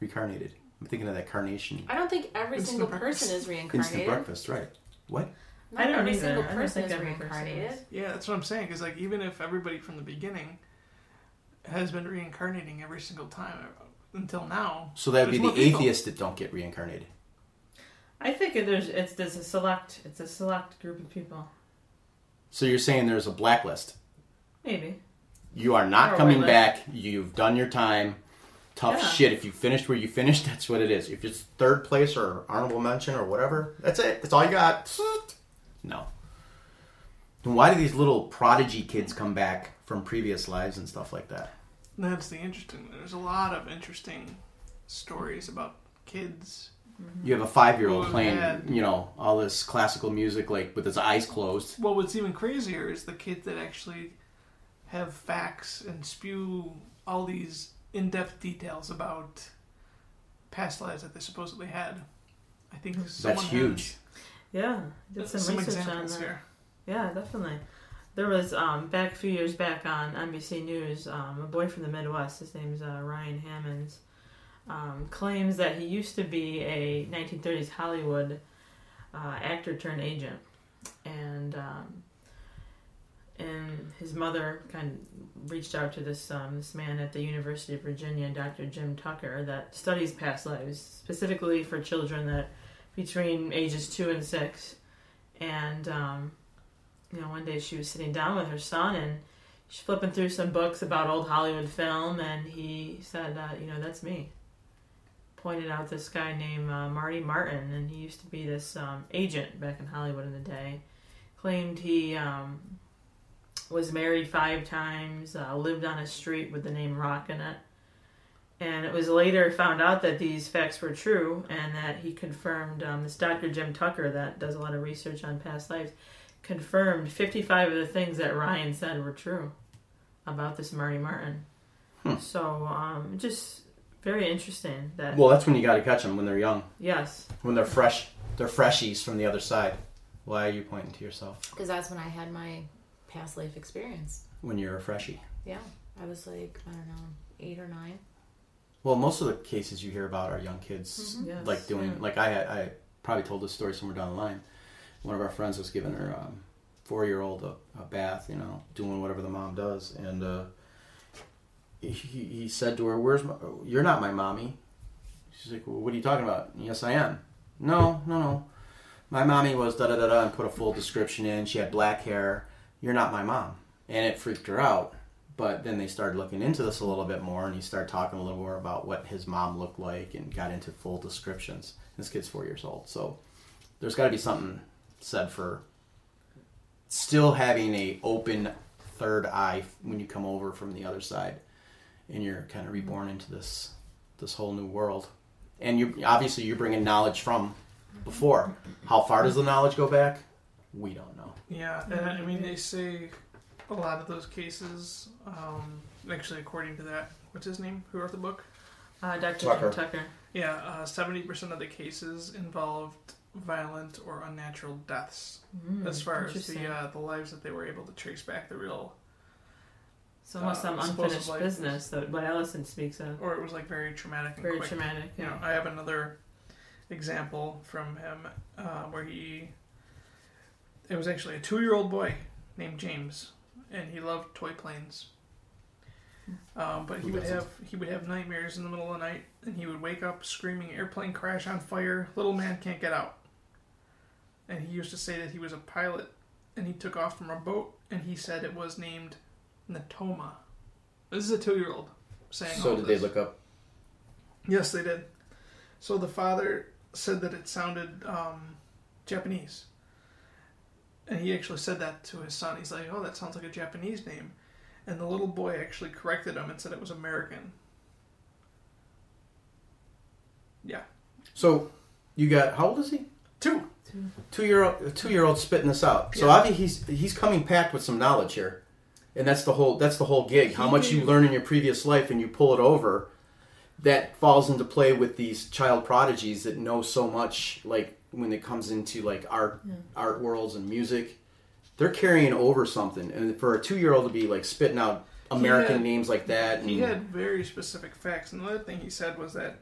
A: Reincarnated. I'm thinking of that carnation.
D: I don't think every
B: Instant
D: single
B: breakfast.
D: person is
A: Instant
D: reincarnated.
A: breakfast, right. What?
D: Not
E: I don't
D: every
E: either.
D: single
E: I don't
D: person
E: think
D: is
E: every person
D: reincarnated.
E: is.
B: Yeah, that's what I'm saying. Because like even if everybody from the beginning has been reincarnating every single time, uh, until now.
A: So that would be
B: There's
A: the
B: more people.
A: atheists that don't get reincarnated.
E: I think it- there's it's there's a select it's a select group of people.
A: So you're saying there's a blacklist.
E: Maybe.
A: You are
E: Or
A: not
E: a
A: coming
E: whitelist.
A: back. You've done your time. Tough
E: Yeah.
A: shit. If you finished where you finished, that's what it is. If it's third place or honorable mention or whatever, that's it. That's all you got. No. Then why do these little prodigy kids come back from previous lives and stuff like that?
B: That's the interesting. There's a lot of interesting stories about kids.
D: Mm-hmm.
A: You have a five year old
B: Oh,
A: playing,
B: man.
A: you know, all this classical music like with his eyes closed.
B: Well, what's even crazier is the kids that actually have facts and spew all these in-depth details about past lives that they supposedly had. I think someone
A: huge.
E: Yeah. I
B: Has,
E: Did some,
B: some
E: research on
B: examples
E: that.
B: here.
E: Yeah, definitely. There was um back a few years back on NBC News, um, a boy from the Midwest, his name's uh, Ryan Hammonds, um, claims that he used to be a 1930s Hollywood uh, actor turned agent, and um, and his mother kind of reached out to this um, this man at the University of Virginia, Dr. Jim Tucker, that studies past lives specifically for children that between ages two and six, and um, you know, one day she was sitting down with her son and she's flipping through some books about old Hollywood film, and he said, uh, "You know, that's me." Pointed out this guy named uh, Marty Martin, and he used to be this um, agent back in Hollywood in the day. Claimed he um, was married five times, uh, lived on a street with the name Rock in it. And it was later found out that these facts were true, and that he confirmed um, this Dr. Jim Tucker, that does a lot of research on past lives, confirmed 55 of the things that Ryan said were true about this Marty Martin.
A: Hmm.
E: So, um, just very interesting that,
A: Well, that's when you got to catch them when they're young,
E: yes,
A: when they're fresh. They're freshies from the other side. Why are you pointing to yourself
D: Because that's when I had my past life experience.
A: when you're a freshie?
D: Yeah. I was like, I don't know, eight or nine.
A: Well, most of the cases you hear about are young kids
E: yes.
A: like doing
E: yeah.
A: like I had I probably told this story somewhere down the line. One of our friends was giving her um, four year old a, a bath, you know, doing whatever the mom does, and uh, he he said to her, "Where's my? You're not my mommy." She's like, well, "What are you talking about?" Yes, I am. No, no, no. My mommy was da da da da, and put a full description in. She had black hair. You're not my mom, and it freaked her out. But then they started looking into this a little bit more, and he started talking a little more about what his mom looked like, and got into full descriptions. This kid's four years old, so there's got to be something said for still having a open third eye when you come over from the other side, and you're kind of reborn into this this whole new world, and you obviously you're bringing knowledge from before. How far does the knowledge go back? We don't know.
B: Yeah, and I mean they say a lot of those cases. Um, actually, according to that, what's his name? Who wrote the book?
E: uh, Dr.
A: Tucker.
E: Jim Tucker.
B: Yeah, uh, seventy percent of the cases involved violent or unnatural deaths.
E: Mm,
B: as far as
E: interesting.
B: the uh, the lives that they were able to trace back, the real,
E: so almost
B: uh,
E: some
B: supposed
E: unfinished
B: life-
E: business that what Allison speaks of.
B: or it was like very traumatic and
E: Very
B: quick.
E: traumatic.
B: You know,
E: Yeah.
B: I have another example from him uh, where he. It was actually a two-year-old boy named James, and he loved toy planes. Um, but he
A: Who
B: would
A: doesn't?
B: have he would have nightmares in the middle of the night, and he would wake up screaming, "Airplane crash on fire! Little man can't get out." And he used to say that he was a pilot, and he took off from a boat, and he said it was named Natoma. This is a two-year-old saying. all
A: So did
B: this.
A: they look up?
B: Yes, they did. So the father said that it sounded um, Japanese. And he actually said that to his son. He's like, oh, that sounds like a Japanese name. And the little boy actually corrected him and said it was American. Yeah.
A: So you got how old is he?
B: Two.
A: Two year old two year old spitting this out. So
B: Yeah.
A: obviously he's he's coming packed with some knowledge here, and that's the whole that's the whole gig. How much
D: Mm-hmm.
A: you learn in your previous life and you pull it over, that falls into play with these child prodigies that know so much. Like when it comes into like art art worlds and music, they're carrying over something. And for a two year old to be like spitting out American
B: had-
A: names like that, and
B: He had very specific facts. Another thing he said was that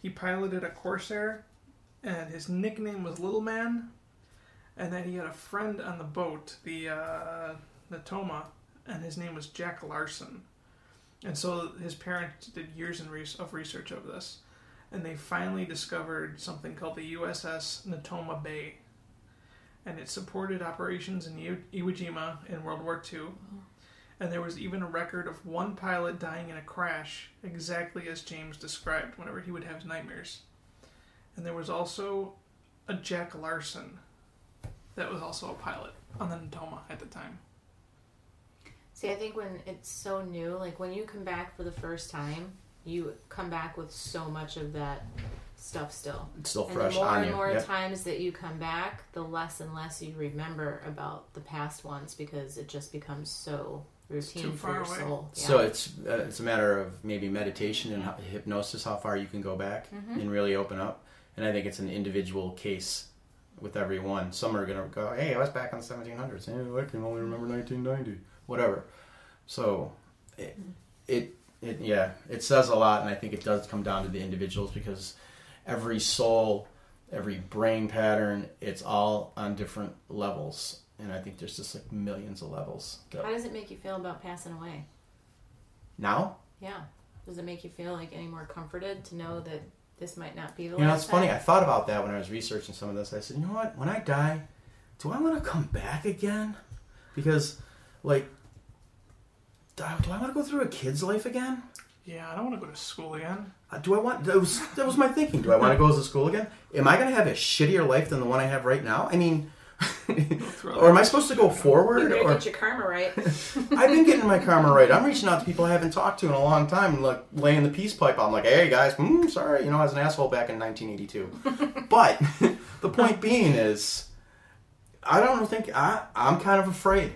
B: he piloted a Corsair and his nickname was Little Man, and that he had a friend on the boat, the uh, Natoma, and his name was Jack Larson. And so his parents did years in res- of research over this, and they finally discovered something called the USS Natoma Bay, and it supported operations in Iwo Iwo Jima in World War II. And there was even a record of one pilot dying in a crash, exactly as James described whenever he would have nightmares. And there was also a Jack Larson that was also a pilot on the Natoma at the time.
D: See, I think when it's so new, like when you come back for the first time, you come back with so much of that stuff still.
A: It's still
D: And the
A: fresh
D: more
A: on
D: and
A: you.
D: more
A: Yep.
D: times that you come back, the less and less you remember about the past ones because it just becomes so routine
B: too
D: for
B: far
D: your
B: away.
D: soul. Yeah.
A: So it's uh, it's a matter of maybe meditation and hy- hypnosis, how far you can go back and really open up. And I think it's an individual case with everyone. Some are gonna go, "Hey, I was back on the 1700s. Hey, I can only remember 1990." Whatever. So it, it it yeah, it says a lot, and I think it does come down to the individuals because every soul, every brain pattern, it's all on different levels. And I think there's just like millions of levels.
D: How
A: That,
D: does it make you feel about passing away?
A: now
D: Yeah. Does it make you feel like any more comforted to know that this might not be the
A: You know, it's
D: last time?
A: funny. I thought about that when I was researching some of this. I said, you know what? When I die, do I want to come back again? Because, like, do I, do I want to go through a kid's life again?
B: Yeah, I don't want to go to school again.
A: Uh, Do I want? That was that was my thinking. Do I want to go to school again? Am I going to have a shittier life than the one I have right now? I mean, or am I supposed to go
D: You
A: forward?
D: better
A: Or
D: get your karma right.
A: I've been getting my karma right. I'm reaching out to people I haven't talked to in a long time, and like laying the peace pipe. out. I'm like, hey guys, mm, sorry, you know, I was an asshole back in 1982. but the point being is, I don't think I. I'm kind of afraid.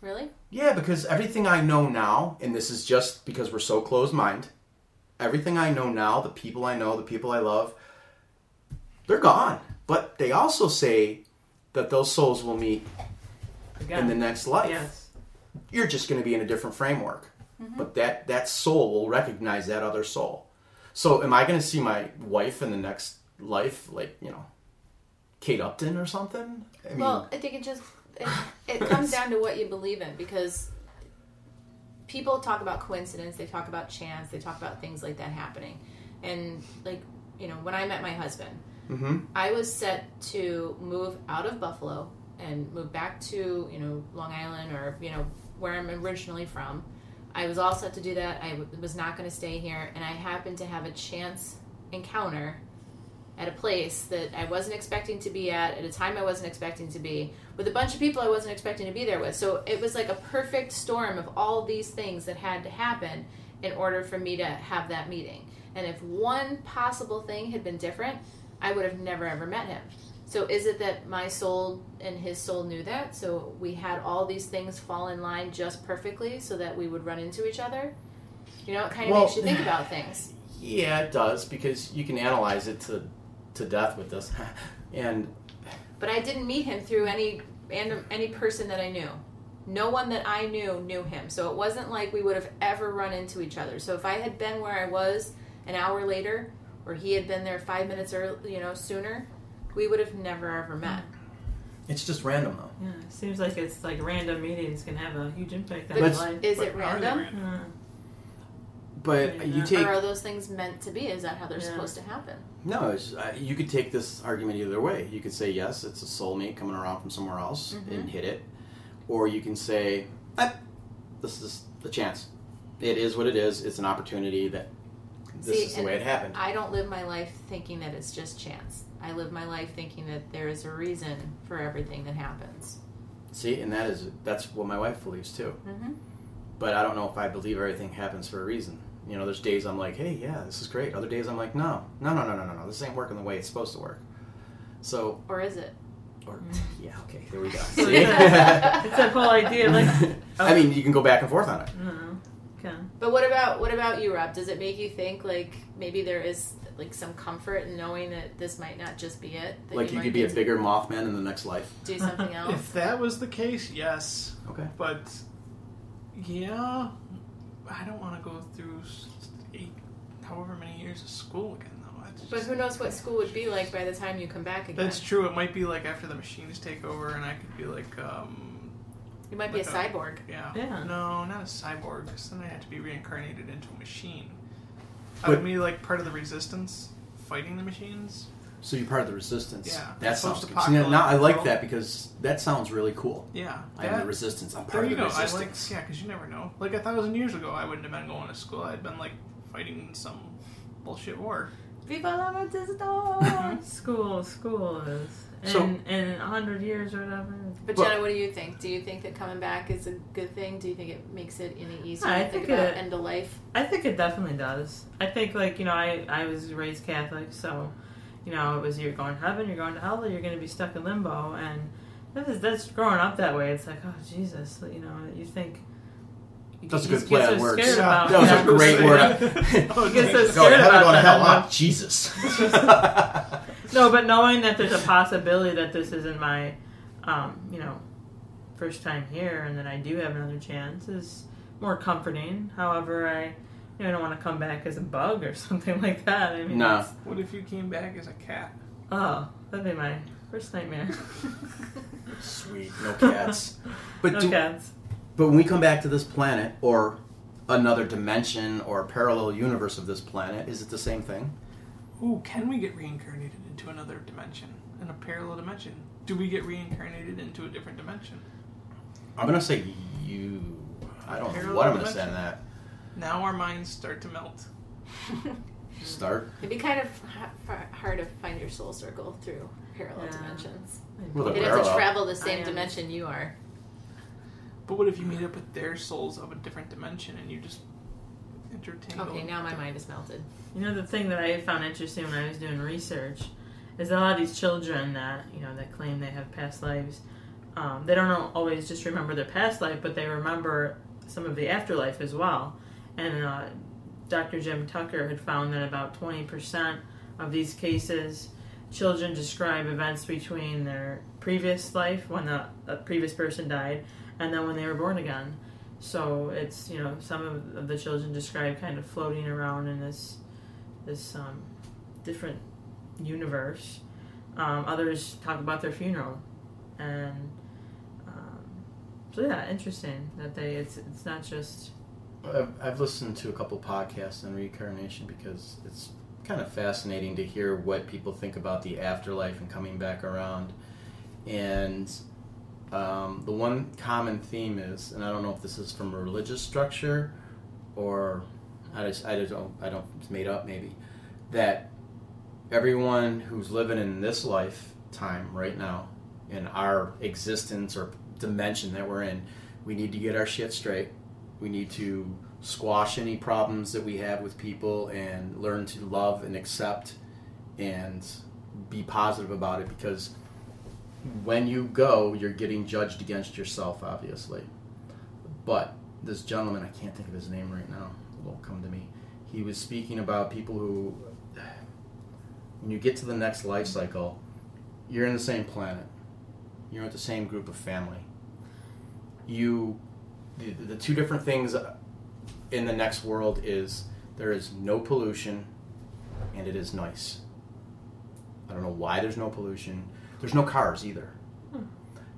D: really?
A: Yeah, because everything I know now, and this is just because we're so closed minded everything I know now, the people I know, the people I love, they're gone. But they also say that those souls will meet in the
E: Again.
A: next life
E: yes.
A: you're just going to be in a different framework.
D: Mm-hmm.
A: But that that soul will recognize that other soul. So am I going to see my wife in the next life, like you know, Kate Upton or something? I mean,
D: Well, I think it just it, it comes down to what you believe in because people talk about coincidence, they talk about chance, they talk about things like that happening. And like, you know, when I met my husband,
A: mhm.
D: I was set to move out of Buffalo and move back to, you know, Long Island or, you know, where I'm originally from. I was all set to do that. I w- was not going to stay here. And I happened to have a chance encounter at a place that I wasn't expecting to be at, at a time I wasn't expecting to be, with a bunch of people I wasn't expecting to be there with. So it was like a perfect storm of all these things that had to happen in order for me to have that meeting. And if one possible thing had been different, I would have never ever met him. So is it that my soul and his soul knew that? So we had all these things fall in line just perfectly so that we would run into each other? You know, it kind of
A: Well-
D: makes you think about things.
A: yeah, it does because you can analyze it to to death with this, and
D: But I didn't meet him through any and any person that I knew. No one that I knew knew him. So it wasn't like we would have ever run into each other. So if I had been where I was an hour later or he had been there 5 minutes or you know sooner, we would have never ever met.
E: Mm-hmm.
A: it's just random though.
E: Yeah, it seems like it's like random meetings can have a huge impact
A: But
E: on your
A: it's-
E: life. Uh,
D: Is
B: But
D: it
B: are they
D: random?
E: Yeah.
A: But
E: Yeah.
A: you take
D: Or are those things meant to be? Is that how they're
E: Yeah.
D: supposed to happen?
A: No, it's, uh, you could take this argument either way. You could say yes, it's a soulmate coming around from somewhere else
D: Mm-hmm.
A: and hit it, or you can say, "Ah, "This is the chance. It is what it is. It's an opportunity that this
D: See,
A: is the
D: and
A: way it happened."
D: I don't live my life thinking that it's just chance. I live my life thinking that there is a reason for everything that happens.
A: See, and that is that's what my wife believes too.
E: Mm-hmm.
D: Mhm.
A: But I don't know if I believe everything happens for a reason. You know, there's days I'm like, "Hey, yeah, this is great." Other days I'm like, "No, no, no, no, no, no, no. This ain't working the way it's supposed to work." So,
D: Or is it?
A: or
D: Mm-hmm.
A: yeah, okay, there we go.
E: It's that whole idea, like,
A: I mean, you can go back and forth on it.
E: no, okay.
D: But what about what about you, Rob? Does it make you think like maybe there is like some comfort in knowing that this might not just be it? That
A: Like you
D: might
A: could be a
D: get to
A: bigger Mothman in the next life.
D: do something else.
B: If that was the case, yes.
A: Okay.
B: But yeah, I don't want to go through s- eight, however many years of school again, though. That's
D: but
B: just-
D: who knows what school would be like by the time you come back again?
B: That's true. It might be like after the machines take over, and I could be like um,
D: You might be a
B: Like a-
D: cyborg.
B: Yeah.
E: Yeah.
B: No, not a cyborg. Because then I have to be reincarnated into a machine. I
A: But-
B: would be like part of the resistance, fighting the machines.
A: So you're part of the resistance.
B: Yeah.
A: That sounds good. See,
B: Post-apocalyptic
A: now I like
B: world.
A: that because that sounds really cool.
B: Yeah.
A: I'm the
B: that-
A: resistance. I'm
B: There
A: part
B: you
A: of the
B: go. I like,
A: resistance.
B: yeah, because you never know. Like a thousand years ago, I wouldn't have been going to school. I'd been like fighting in some bullshit war.
D: Viva la resistance!
E: School, school is. And
A: So-
E: in a hundred years or whatever.
D: But
A: Well-
D: Jenna, what do you think? Do you think that coming back is a good thing? Do you think it makes it any easier
E: I
D: to think,
E: think
D: about
E: it-
D: end of life?
E: I think it definitely does. I think like you know I I was raised Catholic, so you know it was you're going to heaven, you're going to hell, or you're going to be stuck in limbo, and that is that's growing up that way. It's like oh Jesus, you know you think. You
A: That's a
E: get-
A: good
E: you
A: play
E: get
A: on
E: so
A: words.
E: scared
B: Yeah.
E: about-
A: That was
E: you
A: a
E: know,
A: great word.
B: Oh,
E: You
B: geez.
E: get so
A: Going
E: scared
A: heaven,
E: about
A: going to
E: that.
A: hell,
E: I'm
A: huh?
E: like,
A: Jesus.
E: No, but knowing that there's a possibility that this isn't my, um, you know, first time here, and that I do have another chance is more comforting. However, I, you know, I don't want to come back as a bug or something like that. I mean,
A: No.
E: that's-
B: What if you came back as a cat?
E: oh, that'd be my worst nightmare.
A: Sweet, no cats. But
E: no
A: do,
E: cats.
A: but when we come back to this planet or another dimension or parallel universe of this planet, is it the same thing?
B: Ooh, can we get reincarnated into another dimension? In a parallel dimension? Do we get reincarnated into a different dimension?
A: I'm gonna say you. I don't know
B: Parallel
A: what I'm gonna say
B: dimension.
A: on that.
B: Now our minds start to melt.
A: Start.
D: It'd be kind of ha- fa- hard to find your soul circle through parallel
E: Yeah.
D: dimensions.
A: Well, the
D: You'd have to
A: parallel.
D: travel the
E: I
D: same
E: am-
D: dimension you are.
B: But what if you meet up with their souls of a different dimension and you just intertangle?
D: Okay, now my mind is melted.
E: You know, the thing that I found interesting when I was doing research is that a lot of these children that, you know, that claim they have past lives, um, they don't al- always just remember their past life, but they remember some of the afterlife as well. And uh, Dr. Jim Tucker had found that about 20% of these cases, children describe events between their previous life, when the a previous person died, and then when they were born again. So it's, you know, some of, of the children describe kind of floating around in this this um, different universe. Um, others talk about their funeral, and um, so yeah, interesting that they it's it's not just
A: I've, I've listened to a couple podcasts on reincarnation because it's kind of fascinating to hear what people think about the afterlife and coming back around. And um, the one common theme is, and I don't know if this is from a religious structure or I just I just don't I don't it's made up maybe that everyone who's living in this lifetime right now in our existence or dimension that we're in, we need to get our shit straight. We need to squash any problems that we have with people and learn to love and accept and be positive about it because when you go, you're getting judged against yourself, obviously. But this gentleman, I can't think of his name right now, it won't come to me. He was speaking about people who, when you get to the next life cycle, you're in the same planet, you're with the same group of family. You the, the two different things in the next world is there is no pollution and it is nice. I don't know why there's no pollution. There's no cars either.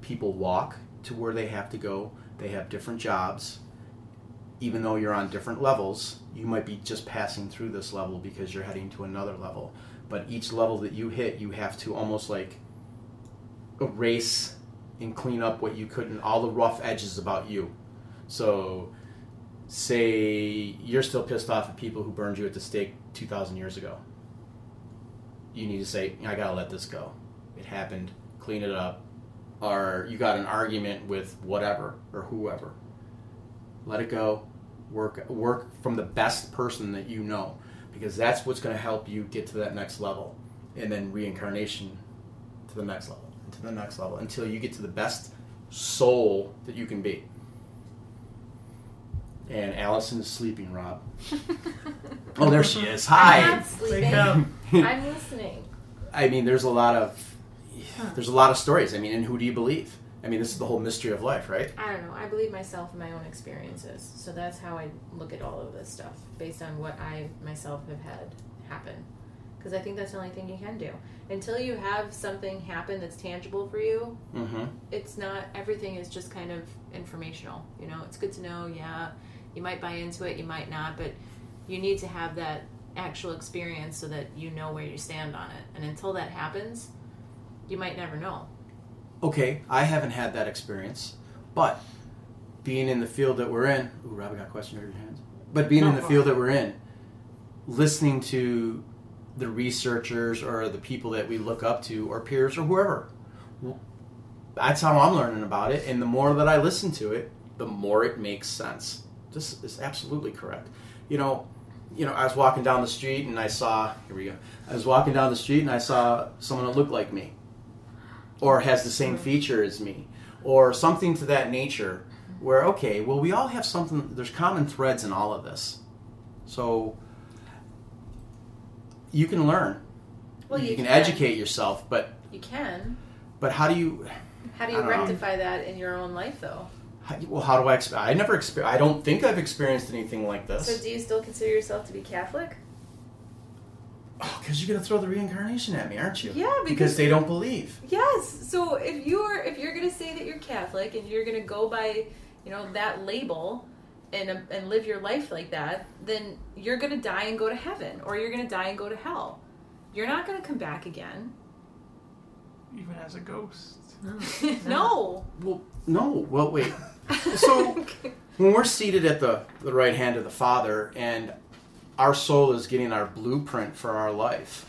A: People walk to where they have to go. They have different jobs. Even though you're on different levels, you might be just passing through this level because you're heading to another level. But each level that you hit, you have to almost like erase and clean up what you couldn't, all the rough edges about you. So, say you're still pissed off at people who burned you at the stake 2,000 years ago. You need to say, I gotta let this go. It happened, clean it up. Or you got an argument with whatever or whoever. Let it go. Work, work from the best person that you know because that's what's gonna help you get to that next level. And then reincarnation to the next level, and to the next level until you get to the best soul that you can be. And Allison is sleeping, Rob. Oh, there she is.
D: I'm
A: Hi.
D: not
E: wake
D: sleeping.
E: up.
D: I'm listening.
A: I mean, there's a lot of there's a lot of stories. I mean, and who do you believe? I mean, this is the whole mystery of life, right?
D: I don't know. I believe myself and my own experiences. So that's how I look at all of this stuff, based on what I myself have had happen. because I think that's the only thing you can do. Until you have something happen that's tangible for you,
A: Mm-hmm.
D: it's not everything is just kind of informational. You know, it's good to know. Yeah, you might buy into it, you might not, but you need to have that actual experience so that you know where you stand on it. And until that happens, you might never know.
A: Okay, I haven't had that experience, but being in the field that we're in, ooh, Robbie got a question over your hands. But being in
E: No,
A: the
E: go
A: field that we're in, listening to the researchers or the people that we look up to or peers or whoever, w- that's how I'm learning about it. And the more that I listen to it, the more it makes sense. This is absolutely correct. You know, you know, I was walking down the street and I saw here we go. I was walking down the street and I saw someone that looked like me, or has the same feature as me, or something to that nature. Where okay, well, we all have something. There's common threads in all of this, so you can learn.
D: Well, you,
A: can educate yourself, but
D: You can.
A: but how do you?
D: How do
A: I
D: you
A: don't know.
D: rectify that in your own life, though?
A: How, well, how do I? Exp- I never exper I don't think I've experienced anything like this.
D: So, do you still consider yourself to be Catholic?
A: Oh, because you're gonna throw the reincarnation at me, aren't you?
D: Yeah, because-
A: because they don't believe.
D: Yes. So, if you're if you're gonna say that you're Catholic and you're gonna go by, you know, that label, and um, and live your life like that, then you're gonna die and go to heaven, or you're gonna die and go to hell. You're not gonna come back again.
B: even as a ghost.
D: Oh. no.
A: Well, no. Well, wait. So- When we're seated at the the right hand of the Father, and our soul is getting our blueprint for our life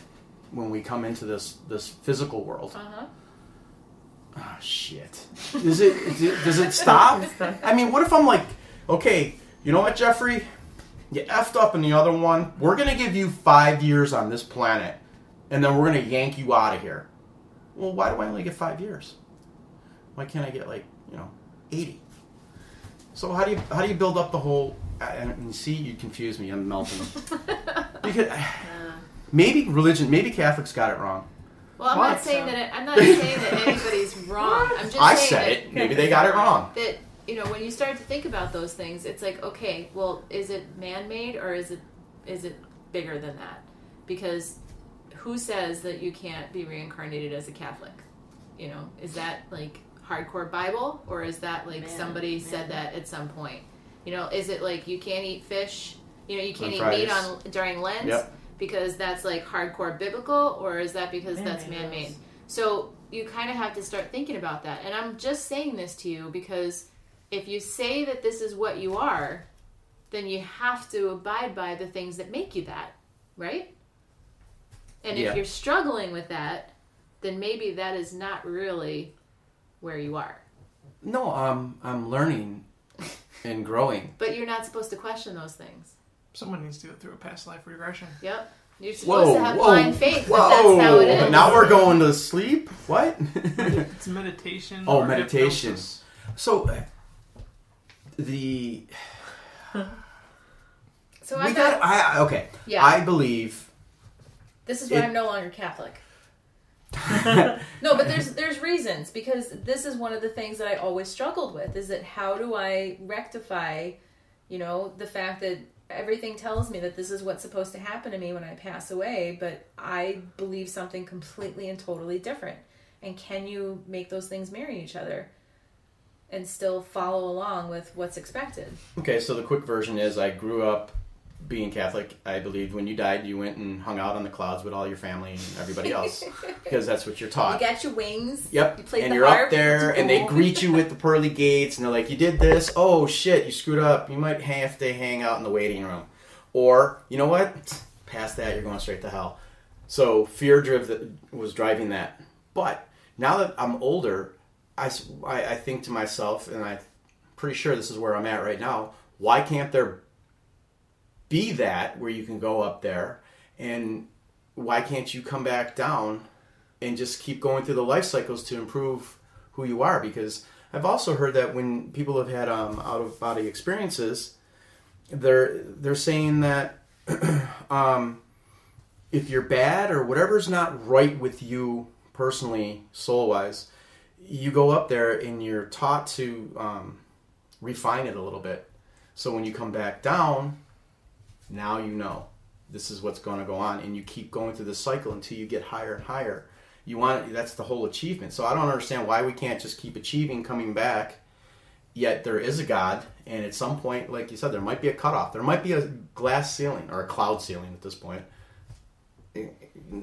A: when we come into this this physical world.
D: Uh huh.
A: Oh shit! Is it? is it- Does it stop? I mean, what if I'm like, okay, you know what, Jeffrey? You effed up in the other one. We're gonna give you five years on this planet, and then we're gonna yank you out of here. Well, why do I only get five years? Why can't I get like you know eighty? So how do you how do you build up the whole? And and see, you confuse me. I'm melting. because
D: Uh.
A: maybe religion, maybe Catholics got it wrong.
D: Well, I'm
E: What?
D: not saying that. It, I'm not saying that anybody's wrong. I'm just
A: I
D: saying
A: said
D: that-
A: it. Maybe they got it wrong.
D: that you know when you start to think about those things it's like okay well is it man-made or is it is it bigger than that because who says that you can't be reincarnated as a catholic you know is that like hardcore bible or is that like
C: Man-
D: somebody said
C: man.
D: that at some point you know is it like you can't eat fish you know you can't
A: On
D: eat meat
A: Fridays.
D: on during lent
A: Yep.
D: because that's like hardcore biblical or is that because that's
E: Man-made.
D: man-made so you kind of have to start thinking about that. And I'm just saying this to you because if you say that this is what you are, then you have to abide by the things that make you that, right? And
A: Yeah.
D: if you're struggling with that, then maybe that is not really where you are.
A: No, um, I'm learning and growing.
D: But you're not supposed to question those things.
B: Someone needs to go through a past life regression.
D: Yep. You're supposed to have blind faith
A: whoa.
D: that that's how it is.
A: But now we're going to sleep. What?
B: It's meditation.
A: Oh,
B: or
A: meditation.
B: hypnosis.
A: so uh, the
D: so
A: we
D: I
A: got.
D: got,
A: I I- okay.
D: Yeah.
A: I believe.
D: this is why
A: it-
D: I'm no longer Catholic. No, but there's there's reasons because this is one of the things that I always struggled with is that how do I rectify, you know, the fact that everything tells me that this is what's supposed to happen to me when I pass away, but I believe something completely and totally different. And can you make those things marry each other and still follow along with what's expected?
A: okay, so the quick version is: I grew up being Catholic. I believed when you died, you went and hung out on the clouds with all your family and everybody else because that's what you're
D: You
A: taught.
D: got your wings.
A: Yep.
D: You played
A: and
D: the
A: you're
D: harp.
A: up there, and they
D: Cool.
A: greet you with the pearly gates, and they're like, "You did this. Oh shit, you screwed up. You might have to hang out in the waiting room, or you know what? Past that, you're going straight to hell." So fear driven was driving that. But now that I'm older, I, s- I- I think to myself, and I'm pretty sure this is where I'm at right now. Why can't there be that where you can go up there, and why can't you come back down and just keep going through the life cycles to improve who you are because i've also heard that when people have had um, out of body experiences they're they're saying that um, if you're bad or whatever's not right with you personally soul wise you go up there and you're taught to um, refine it a little bit so when you come back down now you know this is what's going to go on, and you keep going through this cycle until you get higher and higher. You want that's the whole achievement. So I don't understand why we can't just keep achieving, coming back. Yet there is a God, and at some point, like you said, there might be a cutoff. There might be a glass ceiling or a cloud ceiling at this point. Eh,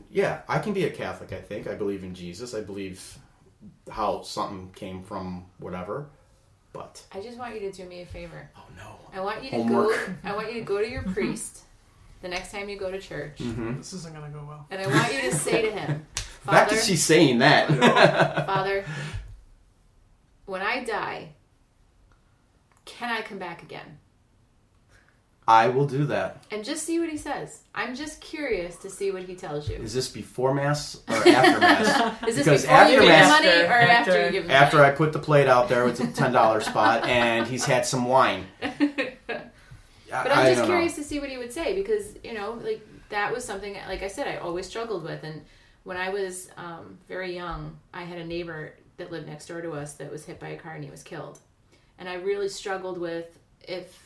A: Yeah, I can be a Catholic. I think I believe in Jesus. I believe how something came from whatever, but
D: I just want you to do me a favor.
A: oh no.
D: I want you to go.
A: Homework.
D: I want you to go to your priest the next time you go to church,
A: Mm-hmm.
B: This isn't gonna go well.
D: and I want you to say to him,
A: Back
D: Father,
A: to she saying that.
D: Father, when I die, can I come back again?
A: I will do that.
D: And just see what he says. I'm just curious to see what he tells you.
A: Is this before mass or after mass?
D: Is this
A: Because
D: before
A: after
D: you give him
A: mass-
D: money or after,
E: After-
D: you give him
A: after I put the plate out there, it's a ten dollar spot, and he's had some wine.
D: money?
A: I,
D: But
A: I
D: I'm just
A: don't
D: curious to see what he would say because you know, like that was something. Like I said, I always struggled with, and when I was um, very young, I had a neighbor that lived next door to us that was hit by a car and he was killed, and I really struggled with if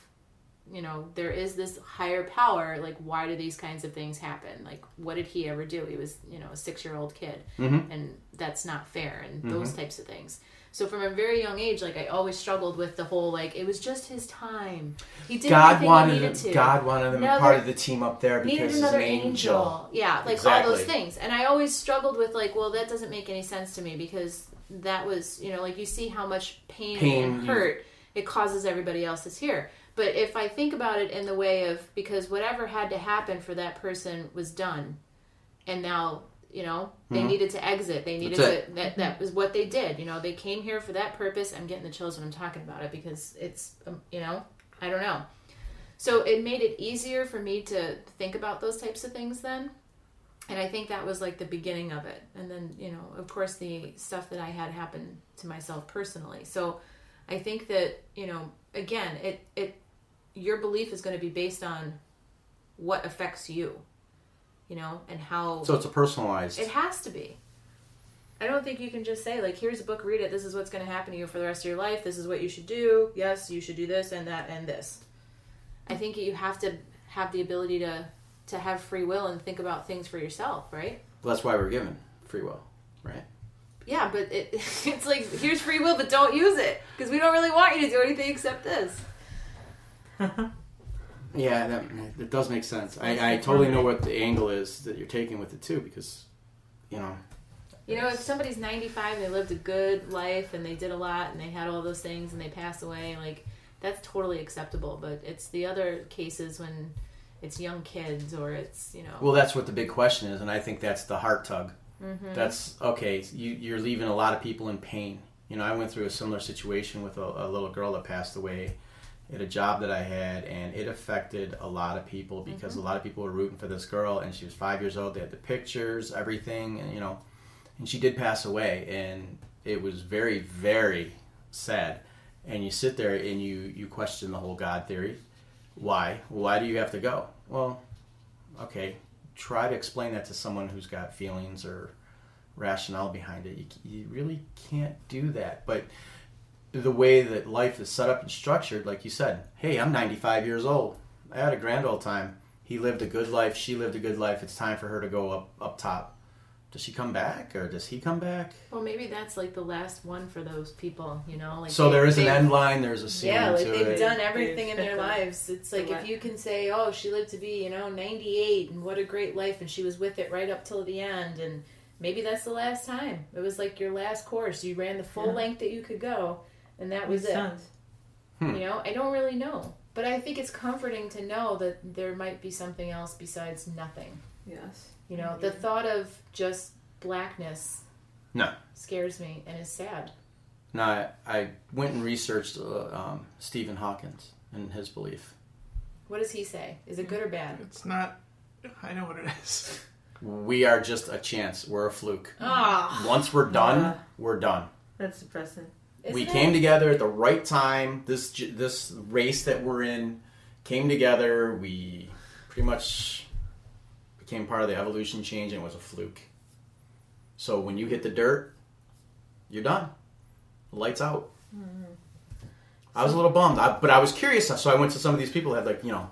D: you know there is this higher power like why do these kinds of things happen like what did he ever do he was you know a six year old kid
A: Know. Mhm.
D: and that's not fair and
A: Mm-hmm.
D: those types of things so from a very young age like i always struggled with the whole like it was just his time he did
A: God
D: everything he
A: wanted
D: needed to
A: God wanted him
D: Another-
A: part of the team up there
D: needed
A: because he's
D: another
A: an angel.
D: yeah like all those
A: Exactly.
D: things and i always struggled with like well that doesn't make any sense to me because that was you know like you see how much pain,
A: Pain
D: and
A: you-
D: hurt it causes everybody else that's here but if i think about it in the way of because whatever had to happen for that person was done and now you know they
A: Mhm.
D: needed to exit they needed
A: That's
D: to that that was what they did you know they came here for that purpose i'm getting the chills when i'm talking about it because it's um, you know i don't know so it made it easier for me to think about those types of things then and i think that was like the beginning of it and then you know of course the stuff that i had happen to myself personally so i think that you know again it it your belief is going to be based on what affects you you know and how
A: So it's a personalized.
D: it has to be. I don't think you can just say like, "Here's a book, read it. This is what's going to happen to you for the rest of your life. This is what you should do. Yes, you should do this and that and this." I think you have to have the ability to to have free will and think about things for yourself, right?
A: That's why we're given free will, right?
D: Yeah, but it, it's like here's free will, but don't use it because we don't really want you to do anything except this.
A: Yeah, that, that does make sense. I, I totally know what the angle is that you're taking with it too, because you know
D: You know, if somebody's 95 and they lived a good life and they did a lot and they had all those things and they pass away, like that's totally acceptable. But it's the other cases when it's young kids or it's, you know,
A: Well, that's what the big question is, and I think that's the heart tug. That's okay. You, you're leaving a lot of people in pain. You know, I went through a similar situation with a, a little girl that passed away at a job that I had, and it affected a lot of people because a lot of people were rooting for this girl, and she was five years old. They had the pictures, everything, and you know, and she did pass away, and it was very, very sad. And you sit there and you you question the whole God theory. Why? Why do you have to go? Well, okay, try to explain that to someone who's got feelings or rationale behind it. You, you really can't do that. But the way that life is set up and structured, like you said, hey, I'm 95 years old. I had a grand old time. He lived a good life. She lived a good life. It's time for her to go up up top. Does she come back or does he come back?
D: well, maybe that's like the last one for those people, you know? Like
A: so
D: they-
A: there is an
D: they-
A: end line. There's a ceiling
D: Yeah, like
A: to
D: they've
A: it.
D: done everything in their
E: They've-
D: lives. It's like if
E: Correct.
D: you can say, "Oh, she lived to be, you know, 98 and what a great life and she was with it right up till the end and maybe that's the last time. It was like your last course. You ran the full
E: Yeah.
D: length that you could go and that was
E: Makes
D: it."
E: sense.
A: Hmm.
D: You know, I don't really know, but I think it's comforting to know that there might be something else besides nothing.
E: Yes.
D: You know, the thought of just blackness
A: Mm-hmm. No.
D: scares me and is sad.
A: No, I, I went and researched uh, um, Stephen Hawkins and his belief.
D: What does he say? Is it good or bad?
B: It's not. I know what it is.
A: We are just a chance. We're a fluke.
D: Ah,
A: Once we're done,
E: Yeah.
A: we're done.
E: That's depressing.
A: we
D: isn't it?
A: came together at the right time. This j- this race that we're in came together. We pretty much became part of the evolution change, and it was a fluke. So when you hit the dirt, you're done. Lights out.
D: Mm-hmm.
A: I was a little bummed, I, but I was curious. So I went to some of these people that had like you know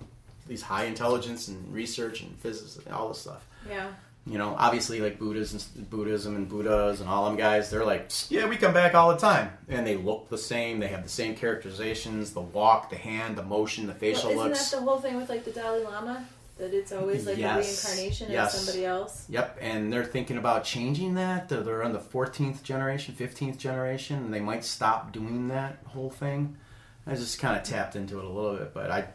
A: these high intelligence and research and physics and all this stuff.
D: Yeah.
A: You know, obviously, like Buddhas and Buddhism and Buddhas and all them guys, they're like, yeah, we come back all the time, and they look the same. They have the same characterizations: the walk, the hand, the motion, the facial
D: Well, isn't
A: looks.
D: that the whole thing with like the Dalai Lama? That it's always like
A: Yes.
D: a reincarnation
A: Yes.
D: of somebody else.
A: Yep, and they're thinking about changing that. They're, they're on the 14th generation, 15th generation, and they might stop doing that whole thing. I just kind of tapped into it a little bit, but I,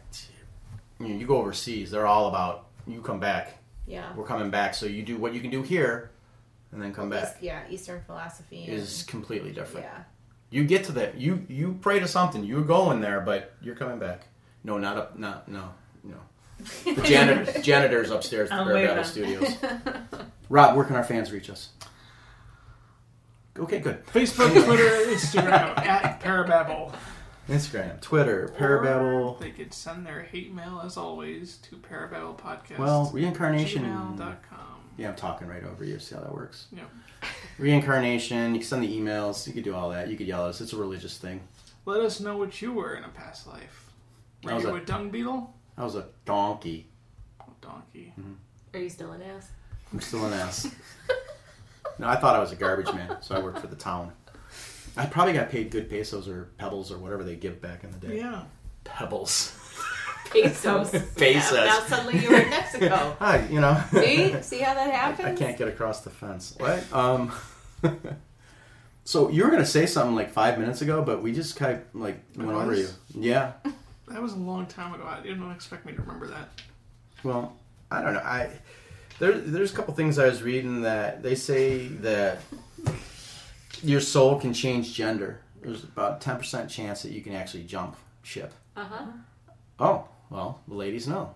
A: you, know, you go overseas, they're all about you come back.
D: Yeah.
A: We're coming back, so you do what you can do here, and then come
D: East-
A: back.
D: Yeah, Eastern philosophy. and-
A: Is completely different.
D: yeah.
A: You get to that. You you pray to something. You're going there, but you're coming back. No, not up. Not no no. The janitor, janitor's upstairs at
E: I'm
A: Bear
E: way
A: Battle
E: back.
A: Studios. Rob, where can our fans reach us? Okay, good.
B: Facebook, Twitter, Instagram at Parababble.
A: Instagram, Twitter,
B: Or
A: Parababble.
B: They could send their hate mail as always to Parababble Podcast.
A: Well, reincarnation.
B: gmail.com.
A: Yeah, I'm talking right over you. See how that works.
B: Yeah.
A: Reincarnation. You can send the emails. You could do all that. You could yell at us. It's a religious thing.
B: Let us know what you were in a past life.
A: I
B: Were
A: was
B: you
A: a-
B: a dung beetle?
A: I was a donkey.
B: Oh, donkey.
D: Are you still an ass?
A: I'm still an ass. no, I thought I was a garbage man, so I worked for the town. I probably got paid good pesos or pebbles or whatever they give back in the day.
B: Yeah.
A: Pebbles.
D: Pesos.
A: Pesos.
D: Yeah, now suddenly you were in Mexico.
A: Hi, you know.
D: See? See how that
A: I,
D: happens?
A: I can't get across the fence. What? Um. so you were gonna say something like five minutes ago, but we just kind of, like went over you.
B: was?
A: Yeah.
B: That was a long time ago. I didn't expect me to remember that.
A: Well, I don't know. I there, there's a couple things I was reading that they say that your soul can change gender. There's about ten percent chance that you can actually jump ship.
D: Uh-huh.
A: Oh, well, the ladies know.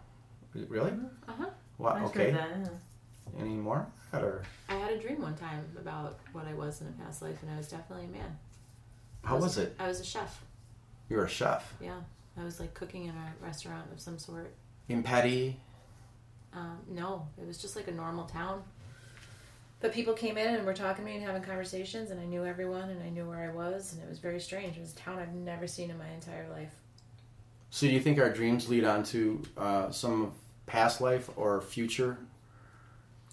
A: Really?
D: Uh-huh.
A: What?
E: I've heard
A: Uh, okay.
E: that, yeah.
A: Any more? Or
D: I had a dream one time about what I was in a past life, and I was definitely a man.
A: how was it?
D: I was a chef.
A: You were a chef
D: Yeah, I was like cooking in a restaurant of some sort.
A: in Petty.
D: Um, no, it was just like a normal town. But people came in and were talking to me and having conversations, and I knew everyone and I knew where I was, and it was very strange. It was a town I've never seen in my entire life.
A: So, do you think our dreams lead on to uh, some past life or future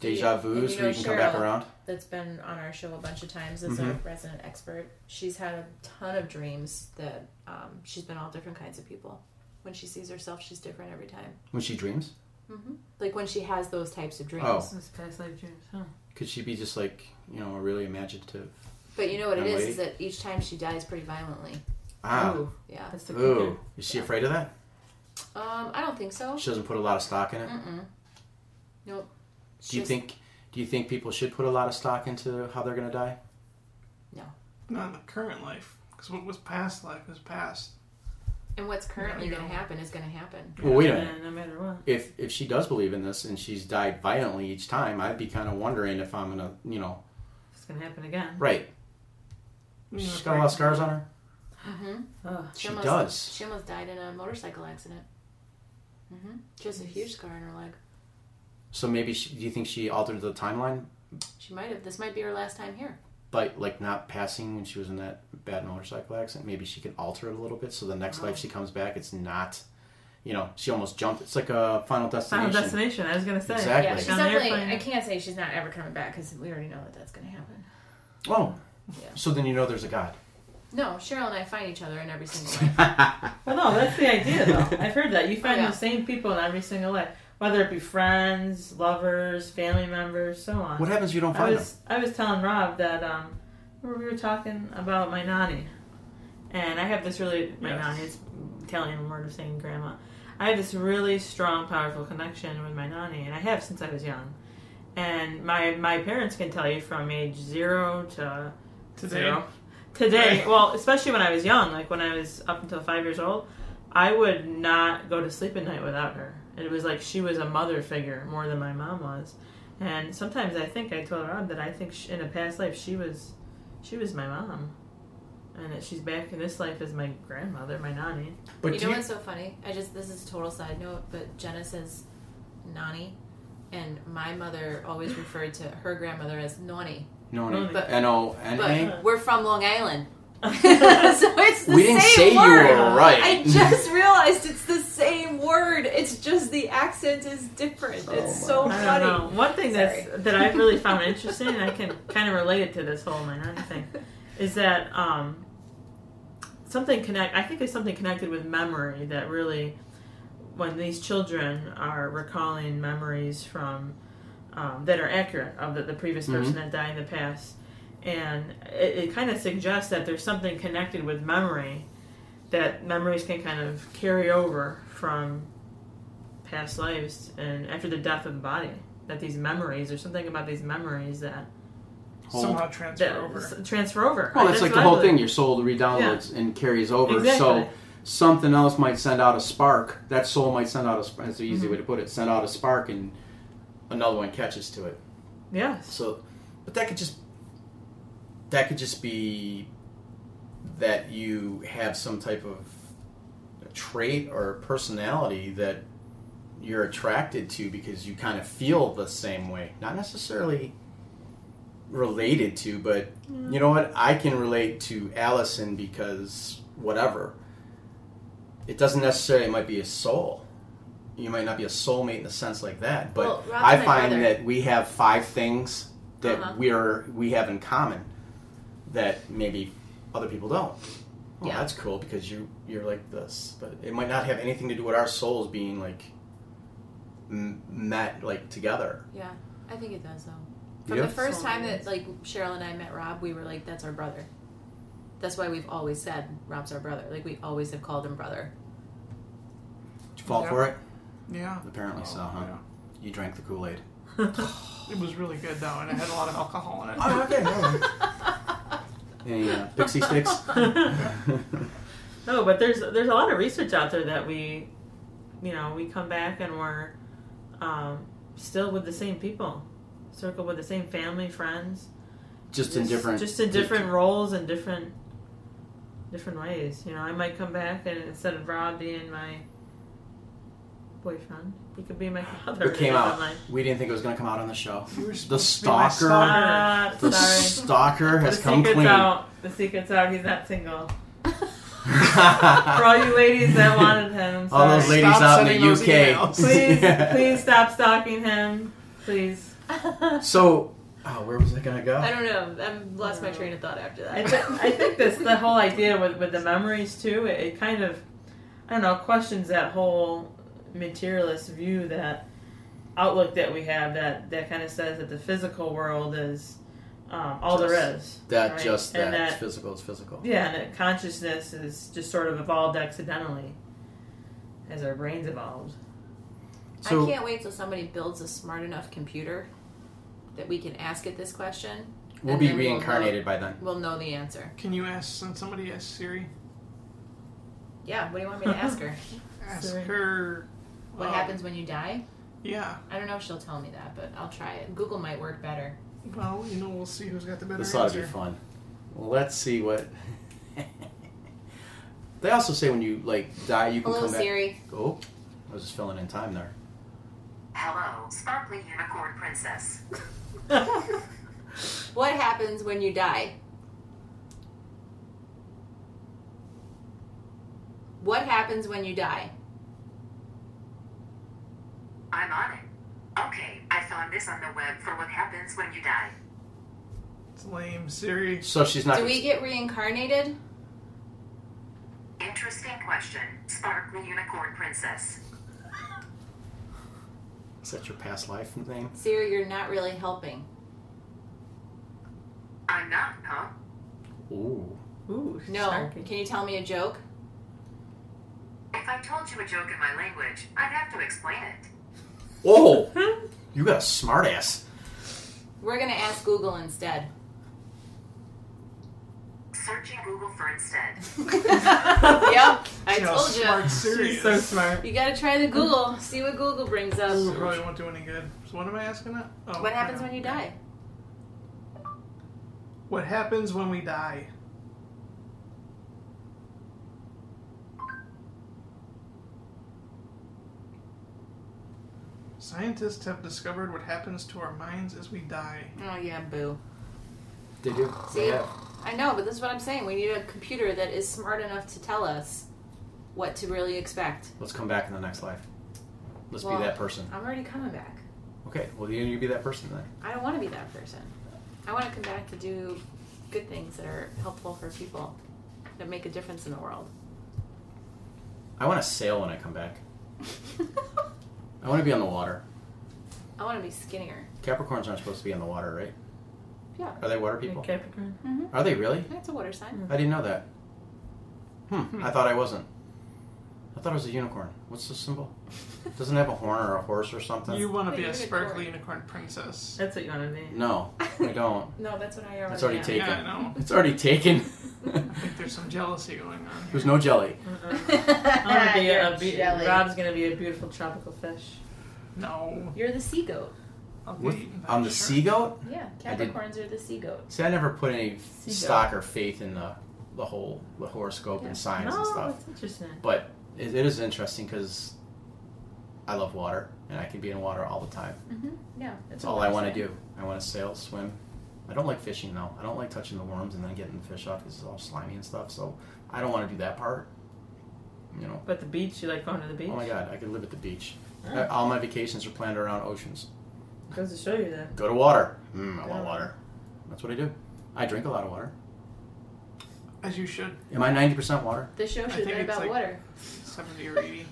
A: deja
D: Yeah, and
A: vu's
D: you
A: where
D: know,
A: you can come back
D: Cheryl-
A: around?
D: That's been on our show a bunch of times as a resident expert. She's had a ton of dreams that um, she's been all different kinds of people. When she sees herself, she's different every time.
A: When she dreams,
D: Like when she has those types of dreams.
A: Oh.
E: This is past life dreams, huh?
A: could she be just like you know a really imaginative?
D: But you know what it
A: Young
D: is,
A: lady?
D: is that each time she dies pretty violently.
A: Ah, ooh,
E: Ooh,
D: Yeah.
E: Oh, that's the kicker.
A: is she afraid of that?
D: Um, I don't think so.
A: She doesn't put a lot of stock in it.
D: Mm-mm. Nope. It's
A: Do you
D: just-
A: think? Do you think people should put a lot of stock into how they're going to die?
B: Not in the current life. Because what was past life is past.
D: And what's currently
B: Yeah, you
D: going to
B: know.
D: happen is going to happen.
A: Well, wait a minute.
E: Yeah, no matter what.
A: If if she does believe in this and she's died violently each time, I'd be kind of wondering if I'm gonna, you know,
E: It's gonna happen again.
A: right?
B: You know,
A: She's
B: if
A: got a
B: I-
A: lot of scars on her.
D: Mm-hmm.
E: Ugh.
A: She
D: almost,
A: does.
D: She almost died in a motorcycle accident. Mm-hmm. Just a huge scar on her leg.
A: So maybe she, do you think she altered the timeline
D: She might have. This might be her last time here.
A: by like not passing when she was in that bad motorcycle accident? Maybe she can alter it a little bit so the next life she comes back, it's not, you know, she almost jumped. It's like a Final Destination.
E: Final destination. I was gonna say.
A: Exactly.
D: Yeah, she's
E: On an
D: definitely.
E: airplane.
D: I can't say she's not ever coming back because we already know that that's going to happen.
A: Oh,
D: Yeah.
A: so then you know there's a God.
D: No, Cheryl and I find each other in every single life.
E: Well, no, that's the idea, though. I've heard that you find
D: Yeah.
E: the same people in every single life, whether it be friends, lovers, family members, so on.
A: What happens if you don't
E: I
A: find him?
E: was I was telling Rob that um, remember we were talking about my nanny, and I have this really my
B: Yes.
E: nanny. It's Italian word of saying grandma. I have this really strong, powerful connection with my nanny, and I have since I was young. And my my parents can tell you from age zero to
B: Today.
E: Zero. today. Well, especially when I was young, like when I was up until five years old, I would not go to sleep at night without her. It was like she was a mother figure more than my mom was. And sometimes I think I told Rob that I think she, in a past life she was, she was my mom, and that she's back in this life as my grandmother, my nanny.
A: But
D: you
A: do
D: know
A: you-
D: what's so funny? I just this is a total side note, but Jenna says Nani, and my mother always referred to her grandmother as Nani.
A: No, no,
E: But-
A: N O N A.
D: But we're from Long Island, so
E: That's
D: it's the
A: We didn't
D: same
A: say
D: word.
A: you were right.
D: I just realized it's the same word. It's just the accent is different.
A: Oh
D: it's
A: my.
D: so
E: I
D: funny.
E: don't know. One thing that's, that I've really found interesting, and I can kind of relate it to this whole minority thing, is that um, something connect. I think it's something connected with memory that really, when these children are recalling memories from um, that are accurate of the, the previous
A: Mm-hmm.
E: person that died in the past, and it, it kind of suggests that there's something connected with memory that memories can kind of carry over from past lives and after the death of the body that these memories there's something about these memories that,
A: Hold.
B: somehow transfer
E: that
B: over.
E: s- transfer over
A: Well, that's like the whole
E: what I
A: thing.
E: believe.
A: Your soul re-downloads and carries over.
E: Exactly.
A: So something else might send out a spark. That soul might send out a spark. That's the easy way to put it. Send out a spark, and another one catches to it.
E: yes
A: So, but that could just that could just be that you have some type of trait or personality that you're attracted to because you kind of feel the same way. Not necessarily related to, but you know what? I can relate to Allison because whatever. It doesn't necessarily it might be a soul. You might not be a soulmate in the sense like that, but
D: Well, Rob's
A: I
D: my
A: find
D: brother.
A: that we have five things that
D: Uh-huh.
A: we're we have in common that maybe other people don't. Well,
D: Yeah.
A: that's cool because you you're like this, but it might not have anything to do with our souls being like m- met like together.
D: Yeah, I think it does though. From
A: Yeah.
D: the first
E: So
D: time
E: it
D: that
E: is.
D: like Cheryl and I met Rob, we were like, "That's our brother." That's why we've always said Rob's our brother. Like we always have called him brother.
A: Did you fall
B: Yeah.
A: for it?
B: Yeah.
A: Apparently so, huh? You drank the Kool Aid.
B: yeah. It was really good though, and it had a lot of alcohol in it.
A: Oh, okay. Any uh, pixie sticks?
E: no but there's there's a lot of research out there that we you know we come back and we're um, still with the same people circle with the same family friends
A: just in different.
E: just in different roles and different different ways you know i might come back and instead of rob being my boyfriend he could be my father
A: It came
E: or
A: out.
E: something.
A: We didn't think it was going to come out on the show.
B: You were
A: The
B: supposed to be my
A: stalker.
B: stalker.
E: Ah,
A: The
E: sorry
A: stalker
E: the
A: has come
E: secret's
A: clean.
E: out the secret's out he's not single for all you ladies that wanted him
A: All those
E: sorry.
A: ladies
B: Stop
A: out in
B: sending
A: the
B: those
A: UK.
B: emails.
E: please
A: Yeah.
E: please stop stalking him please
D: I
A: So, oh, where was I going to go?
D: don't know. I lost my train of thought after that.
E: I, th- I think this the whole idea with, with the memories too. It, it kind of I don't know questions that whole materialist view that outlook that we have that that kind of says that the physical world is um, all there is.
A: that
E: right?
A: just
E: and
A: that,
E: that
A: It's physical is physical.
E: yeah, and that consciousness is just sort of evolved accidentally as our brains evolved.
A: So,
D: I can't wait till somebody builds a smart enough computer that we can ask it this question.
A: we'll
D: and
A: be
D: then we'll know-
A: reincarnated by then.
D: We'll know the answer.
B: Can you ask? Since somebody asked Siri,
D: Yeah. What do you want me to ask her?
B: ask
E: Siri.
B: her
D: What
B: um,
D: happens when you die?
B: Yeah.
D: I don't know if she'll tell me that, but I'll try it. Google might work better.
B: Well, you know, we'll see who's got the better
A: This ought to
B: answer.
A: be fun. Well, let's see what. they also say when you like die, you can
D: Hello,
A: come back.
D: Siri.
A: Oh, I was just filling in time there.
F: Hello, sparkly unicorn princess.
D: What happens when you die? What happens when you die?
F: I'm on it. Okay, I found this on the web for what happens when you die.
B: It's lame, Siri.
A: So she's not.
D: Do we get reincarnated?
F: Interesting question, sparkly unicorn princess.
A: Is that your past life thing?
D: Siri, you're not really helping.
F: I'm not, huh?
A: Ooh.
E: Ooh,
D: No.
E: snarky.
D: Can you tell me a joke?
F: If I told you a joke in my language, I'd have to explain it.
A: Oh, you got a smart ass.
D: We're going to ask Google instead.
F: Searching Google for instead.
D: yep, I
B: See how
D: told
B: smart
D: you.
B: Siri
E: She's so
B: is.
E: smart.
D: You got to try the Google, see what Google brings
B: It
D: up.
B: probably won't do any good. So what am I asking that? Oh,
D: What happens
B: yeah.
D: when you die?
B: What happens when we die? Scientists have discovered what happens to our minds as we die.
D: Oh, yeah, boo.
A: They do.
D: See? I know, but this is what I'm saying. We need a computer that is smart enough to tell us what to really expect.
A: Let's come back in the next life. Let's
D: Well-
A: be that person.
D: I'm already coming back.
A: Okay, well, you you be that person then.
D: I don't want to be that person. I want to come back to do good things that are helpful for people, that make a difference in the world.
A: I want to sail when I come back. I want to be on the water.
D: I want to be skinnier.
A: Capricorns aren't supposed to be on the water, right?
D: Yeah.
A: Are they water
E: Like
A: people?
E: Capricorn.
D: Mm-hmm.
A: Are they really?
D: That's a water sign.
A: I didn't know that. Hmm. I thought I wasn't. I thought I was a unicorn. What's the symbol? Doesn't it have a horn or a horse or something?
B: You want
D: But
B: to be
D: you're
B: a
D: a
B: sparkly
D: dork.
B: unicorn princess.
E: That's what you want to be.
A: No, I don't.
D: No, that's what I already.
A: It's already
D: am.
A: taken.
B: Yeah, I know.
A: It's already taken.
B: I think there's some jealousy going on.
A: There's no jelly.
E: Uh-uh. I'm gonna be a, be- Rob's gonna be a beautiful tropical fish.
B: No.
D: You're the sea goat.
B: I'll be
A: What?
B: eaten by
A: On
B: a
A: the
B: shark.
A: sea goat?
D: Yeah,
A: I did-
D: Capricorns are the sea goat.
A: See, I never put any
E: goat.
A: stock or faith in the the whole the horoscope
D: Yeah.
A: and signs
E: no,
A: and stuff.
E: that's interesting.
A: But it, it is interesting because I love water and I can be in water all the time.
D: Mm-hmm. Yeah,
A: That's all I want to do. I want to sail, swim. I don't like fishing though. I don't like touching the worms and then getting the fish off because it's all slimy and stuff. So I don't want to do that part. You know.
E: But the beach, you like going to the beach?
A: Oh my god, I could live at the beach.
E: Oh.
A: All my vacations are planned around oceans.
E: Goes to show you that.
A: Go to water. Mm, I
E: Yeah.
A: want water. That's what I do. I drink a lot of water.
B: As you should.
A: Am I 90% water?
D: The show should have
B: think
D: been
B: it's
D: about
B: like-
D: water.
B: 70 or 80.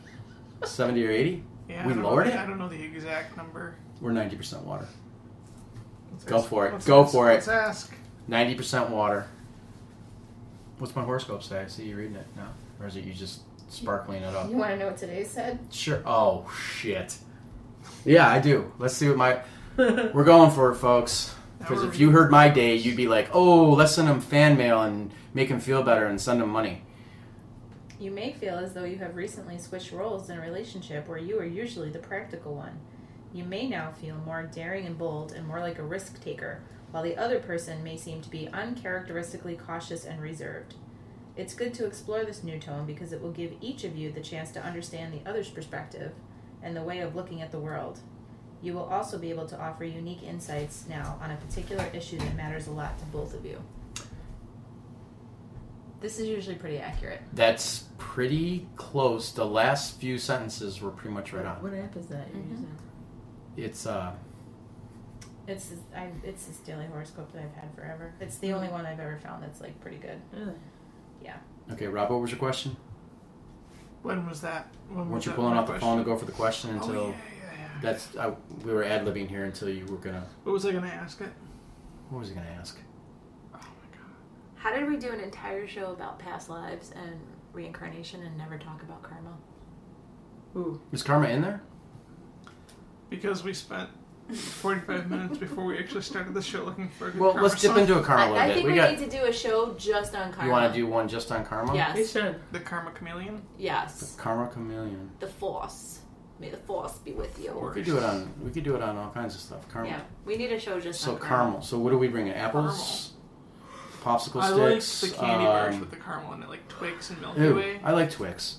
A: 70 or 80?
B: Yeah,
A: We
B: I don't
A: lowered
B: know, the-
A: it?
B: I don't know the exact number.
A: We're 90% water.
B: Let's
A: Go
B: ask-
A: for it.
B: let's
A: Go
B: ask-
A: for it.
B: Let's ask.
A: 90% water. What's my horoscope say? I see you reading it now. Or is it you just sparkling it up?
C: You want to know what today said?
A: Sure. Oh, shit. Yeah, I do. Let's see what my. We're going for it, folks. Because if you heard my day, you'd be like, oh, let's send him fan mail and make him feel better and send him money.
D: You may feel as though you have recently switched roles in a relationship where you are usually the practical one. You may now feel more daring and bold and more like a risk taker, while the other person may seem to be uncharacteristically cautious and reserved. It's good to explore this new tone because it will give each of you the chance to understand the other's perspective and the way of looking at the world. You will also be able to offer unique insights now on a particular issue that matters a lot to both of you. This is usually pretty accurate.
A: That's pretty close. The last few sentences were pretty much right on.
E: What app is that you're
D: Mhm.
E: using?
A: It's uh,
D: It's this, I, it's this daily horoscope that I've had forever. It's the only one I've ever found that's like pretty good.
E: Really?
A: okay, Rob. What was your question?
B: When was that? When
A: Weren't
B: was
A: you
B: that
A: pulling
B: one
A: out the phone to
B: question?
A: go for the question until
B: Oh, yeah, yeah, yeah.
A: that's I, we were ad libbing here until you were gonna.
B: What was I going to ask it?
A: What was he gonna ask?
B: Oh, my God.
D: How did we do an entire show about past lives and reincarnation and never talk about karma?
E: Ooh.
A: Is Karma in there?
B: Because we spent 45 minutes before we actually started the show looking for a good
A: Well, let's dip
B: karma song.
A: into a Karma a little
D: I, I
A: bit.
D: think we,
A: got.
D: need to do a show just on karma.
A: You want to do one just on Karma?
E: We
D: Yes.
E: should.
B: The Karma Chameleon?
D: Yes.
A: Karma Chameleon.
D: The force. May the force be with you.
A: We could do it on. We could do it on all kinds of stuff. Karma.
D: Yeah. We need a show just
A: So
D: on
A: caramel. So what are we bringing? Apples, popsicle
B: I like
A: sticks.
B: the candy bars
A: um,
B: with the caramel in it, like Twix and Milky
A: ooh,
B: Way.
A: I like Twix.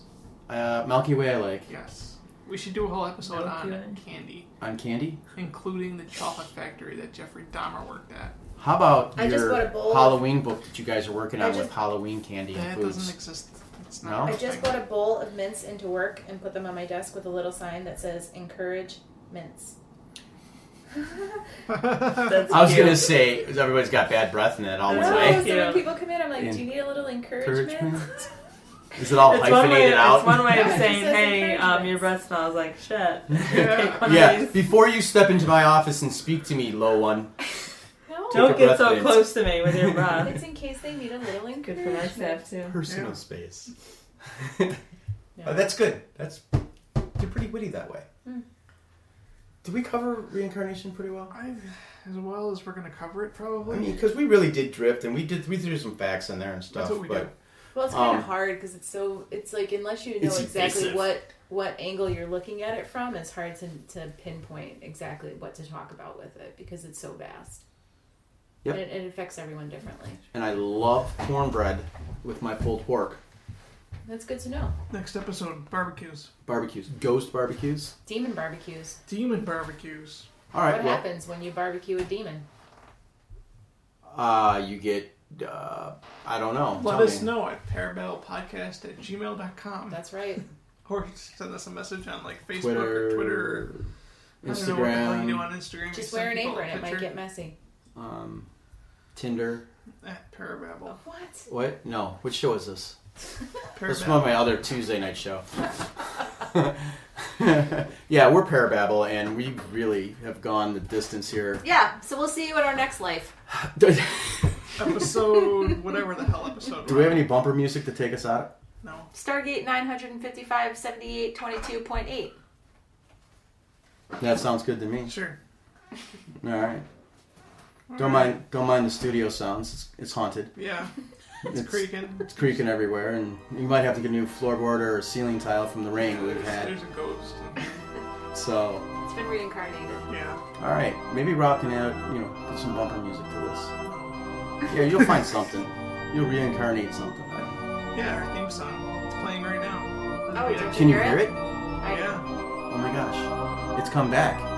A: Uh, Milky Way, I like
B: Yes. We should do a whole episode
E: Milky
B: on
E: Way.
B: candy,
A: on candy.
B: including the chocolate factory that Jeffrey Dahmer worked at.
A: How about
C: I
A: your
C: just bought a bowl of-
A: Halloween book that you guys are working
C: I
A: on
C: just-
A: with Halloween candy and
B: That
A: foods?
B: doesn't exist. It's
A: No?
B: not a
D: I
B: thing.
D: just bought a bowl of mints into work and put them on my desk with a little sign that says encourage mints.
E: That's
A: I was
E: cute.
A: gonna say everybody's got bad breath in it all
D: No,
A: one
E: That's
A: way.
E: right.
D: so when
E: Yeah.
D: people come in, I'm like,
A: En-
D: do you need a little encouragement?
A: encouragement? Is it all
E: It's one, way,
A: hyphenated
E: it's one
A: out?
E: way of
D: Yeah, it
E: saying,
D: says
E: hey, um,
D: encouragement.
E: your breath smells like shit. Take one of
A: yeah.
E: these.
A: Before you step into my office and speak to me, low one.
D: No.
A: Take a
E: Don't get
A: breath,
E: so
A: Vince.
E: close to me with your breath.
D: It's in case they need a little
E: Good for that
D: encouragement.
E: staff, too.
A: Personal
B: Yeah.
A: space. Oh, that's good. That's you're pretty witty that way.
D: Hmm.
A: Did we cover reincarnation pretty well?
B: I, as well as we're gonna cover it,
A: I
B: probably.
A: mean, because we really did drift, and we did we threw some facts in there and stuff.
B: That's what we
A: but
B: do.
D: Well, it's kind
A: Um,
D: of hard because it's so. It's like unless you know
A: It's
D: exactly
A: evasive.
D: what what angle you're looking at it from, it's hard to to pinpoint exactly what to talk about with it because it's so vast.
A: Yep.
D: And it, it affects everyone differently.
A: and I love cornbread with my pulled pork
D: That's good to know.
B: Next episode: barbecues,
A: barbecues, ghost barbecues.
D: Demon barbecues.
B: demon barbecues.
A: All right,
D: what
A: well,
D: happens when you barbecue a demon?
A: Uh, you get, uh, I don't know.
B: Let
A: Tell
B: us
A: me.
B: know at parabellpodcast at gmail.com.
D: That's right.
B: Or send us a message on like Facebook
A: Twitter,
B: or Twitter. Or, I don't know what the hell you do
A: Instagram,
B: on Instagram.
D: Just
B: You
D: wear an
B: send people a
D: apron. It might
B: picture.
D: get messy.
A: um, Tinder.
B: At Parababble.
D: What?
A: What? No. Which show is this? This is one
B: Parababble.
A: of my other Tuesday night show. yeah, we're Parababble, and we really have gone the distance here.
D: Yeah. So we'll see you in our next life.
A: Do
B: episode, whatever the hell episode.
A: we have any bumper music to take us out?
B: No.
D: Stargate 955 78 22.8.
A: That sounds good to me.
B: Sure.
A: All right. Don't mind. Don't mind the studio sounds. It's, it's haunted.
B: Yeah.
A: It's,
B: Creaking.
A: it's creaking everywhere, and you might have to get a new floorboard or a ceiling tile from the rain we've
B: There's,
A: had.
B: there's a ghost. And,
A: So,
D: It's been reincarnated.
B: yeah.
A: all right, maybe Rob can add, you know, put some bumper music to this. Yeah, you'll find something. You'll reincarnate something.
B: Yeah, our theme song. It's playing right now.
D: Oh, did
B: Yeah.
A: Can you hear it?
D: I,
B: Yeah.
A: Oh my gosh, it's come back.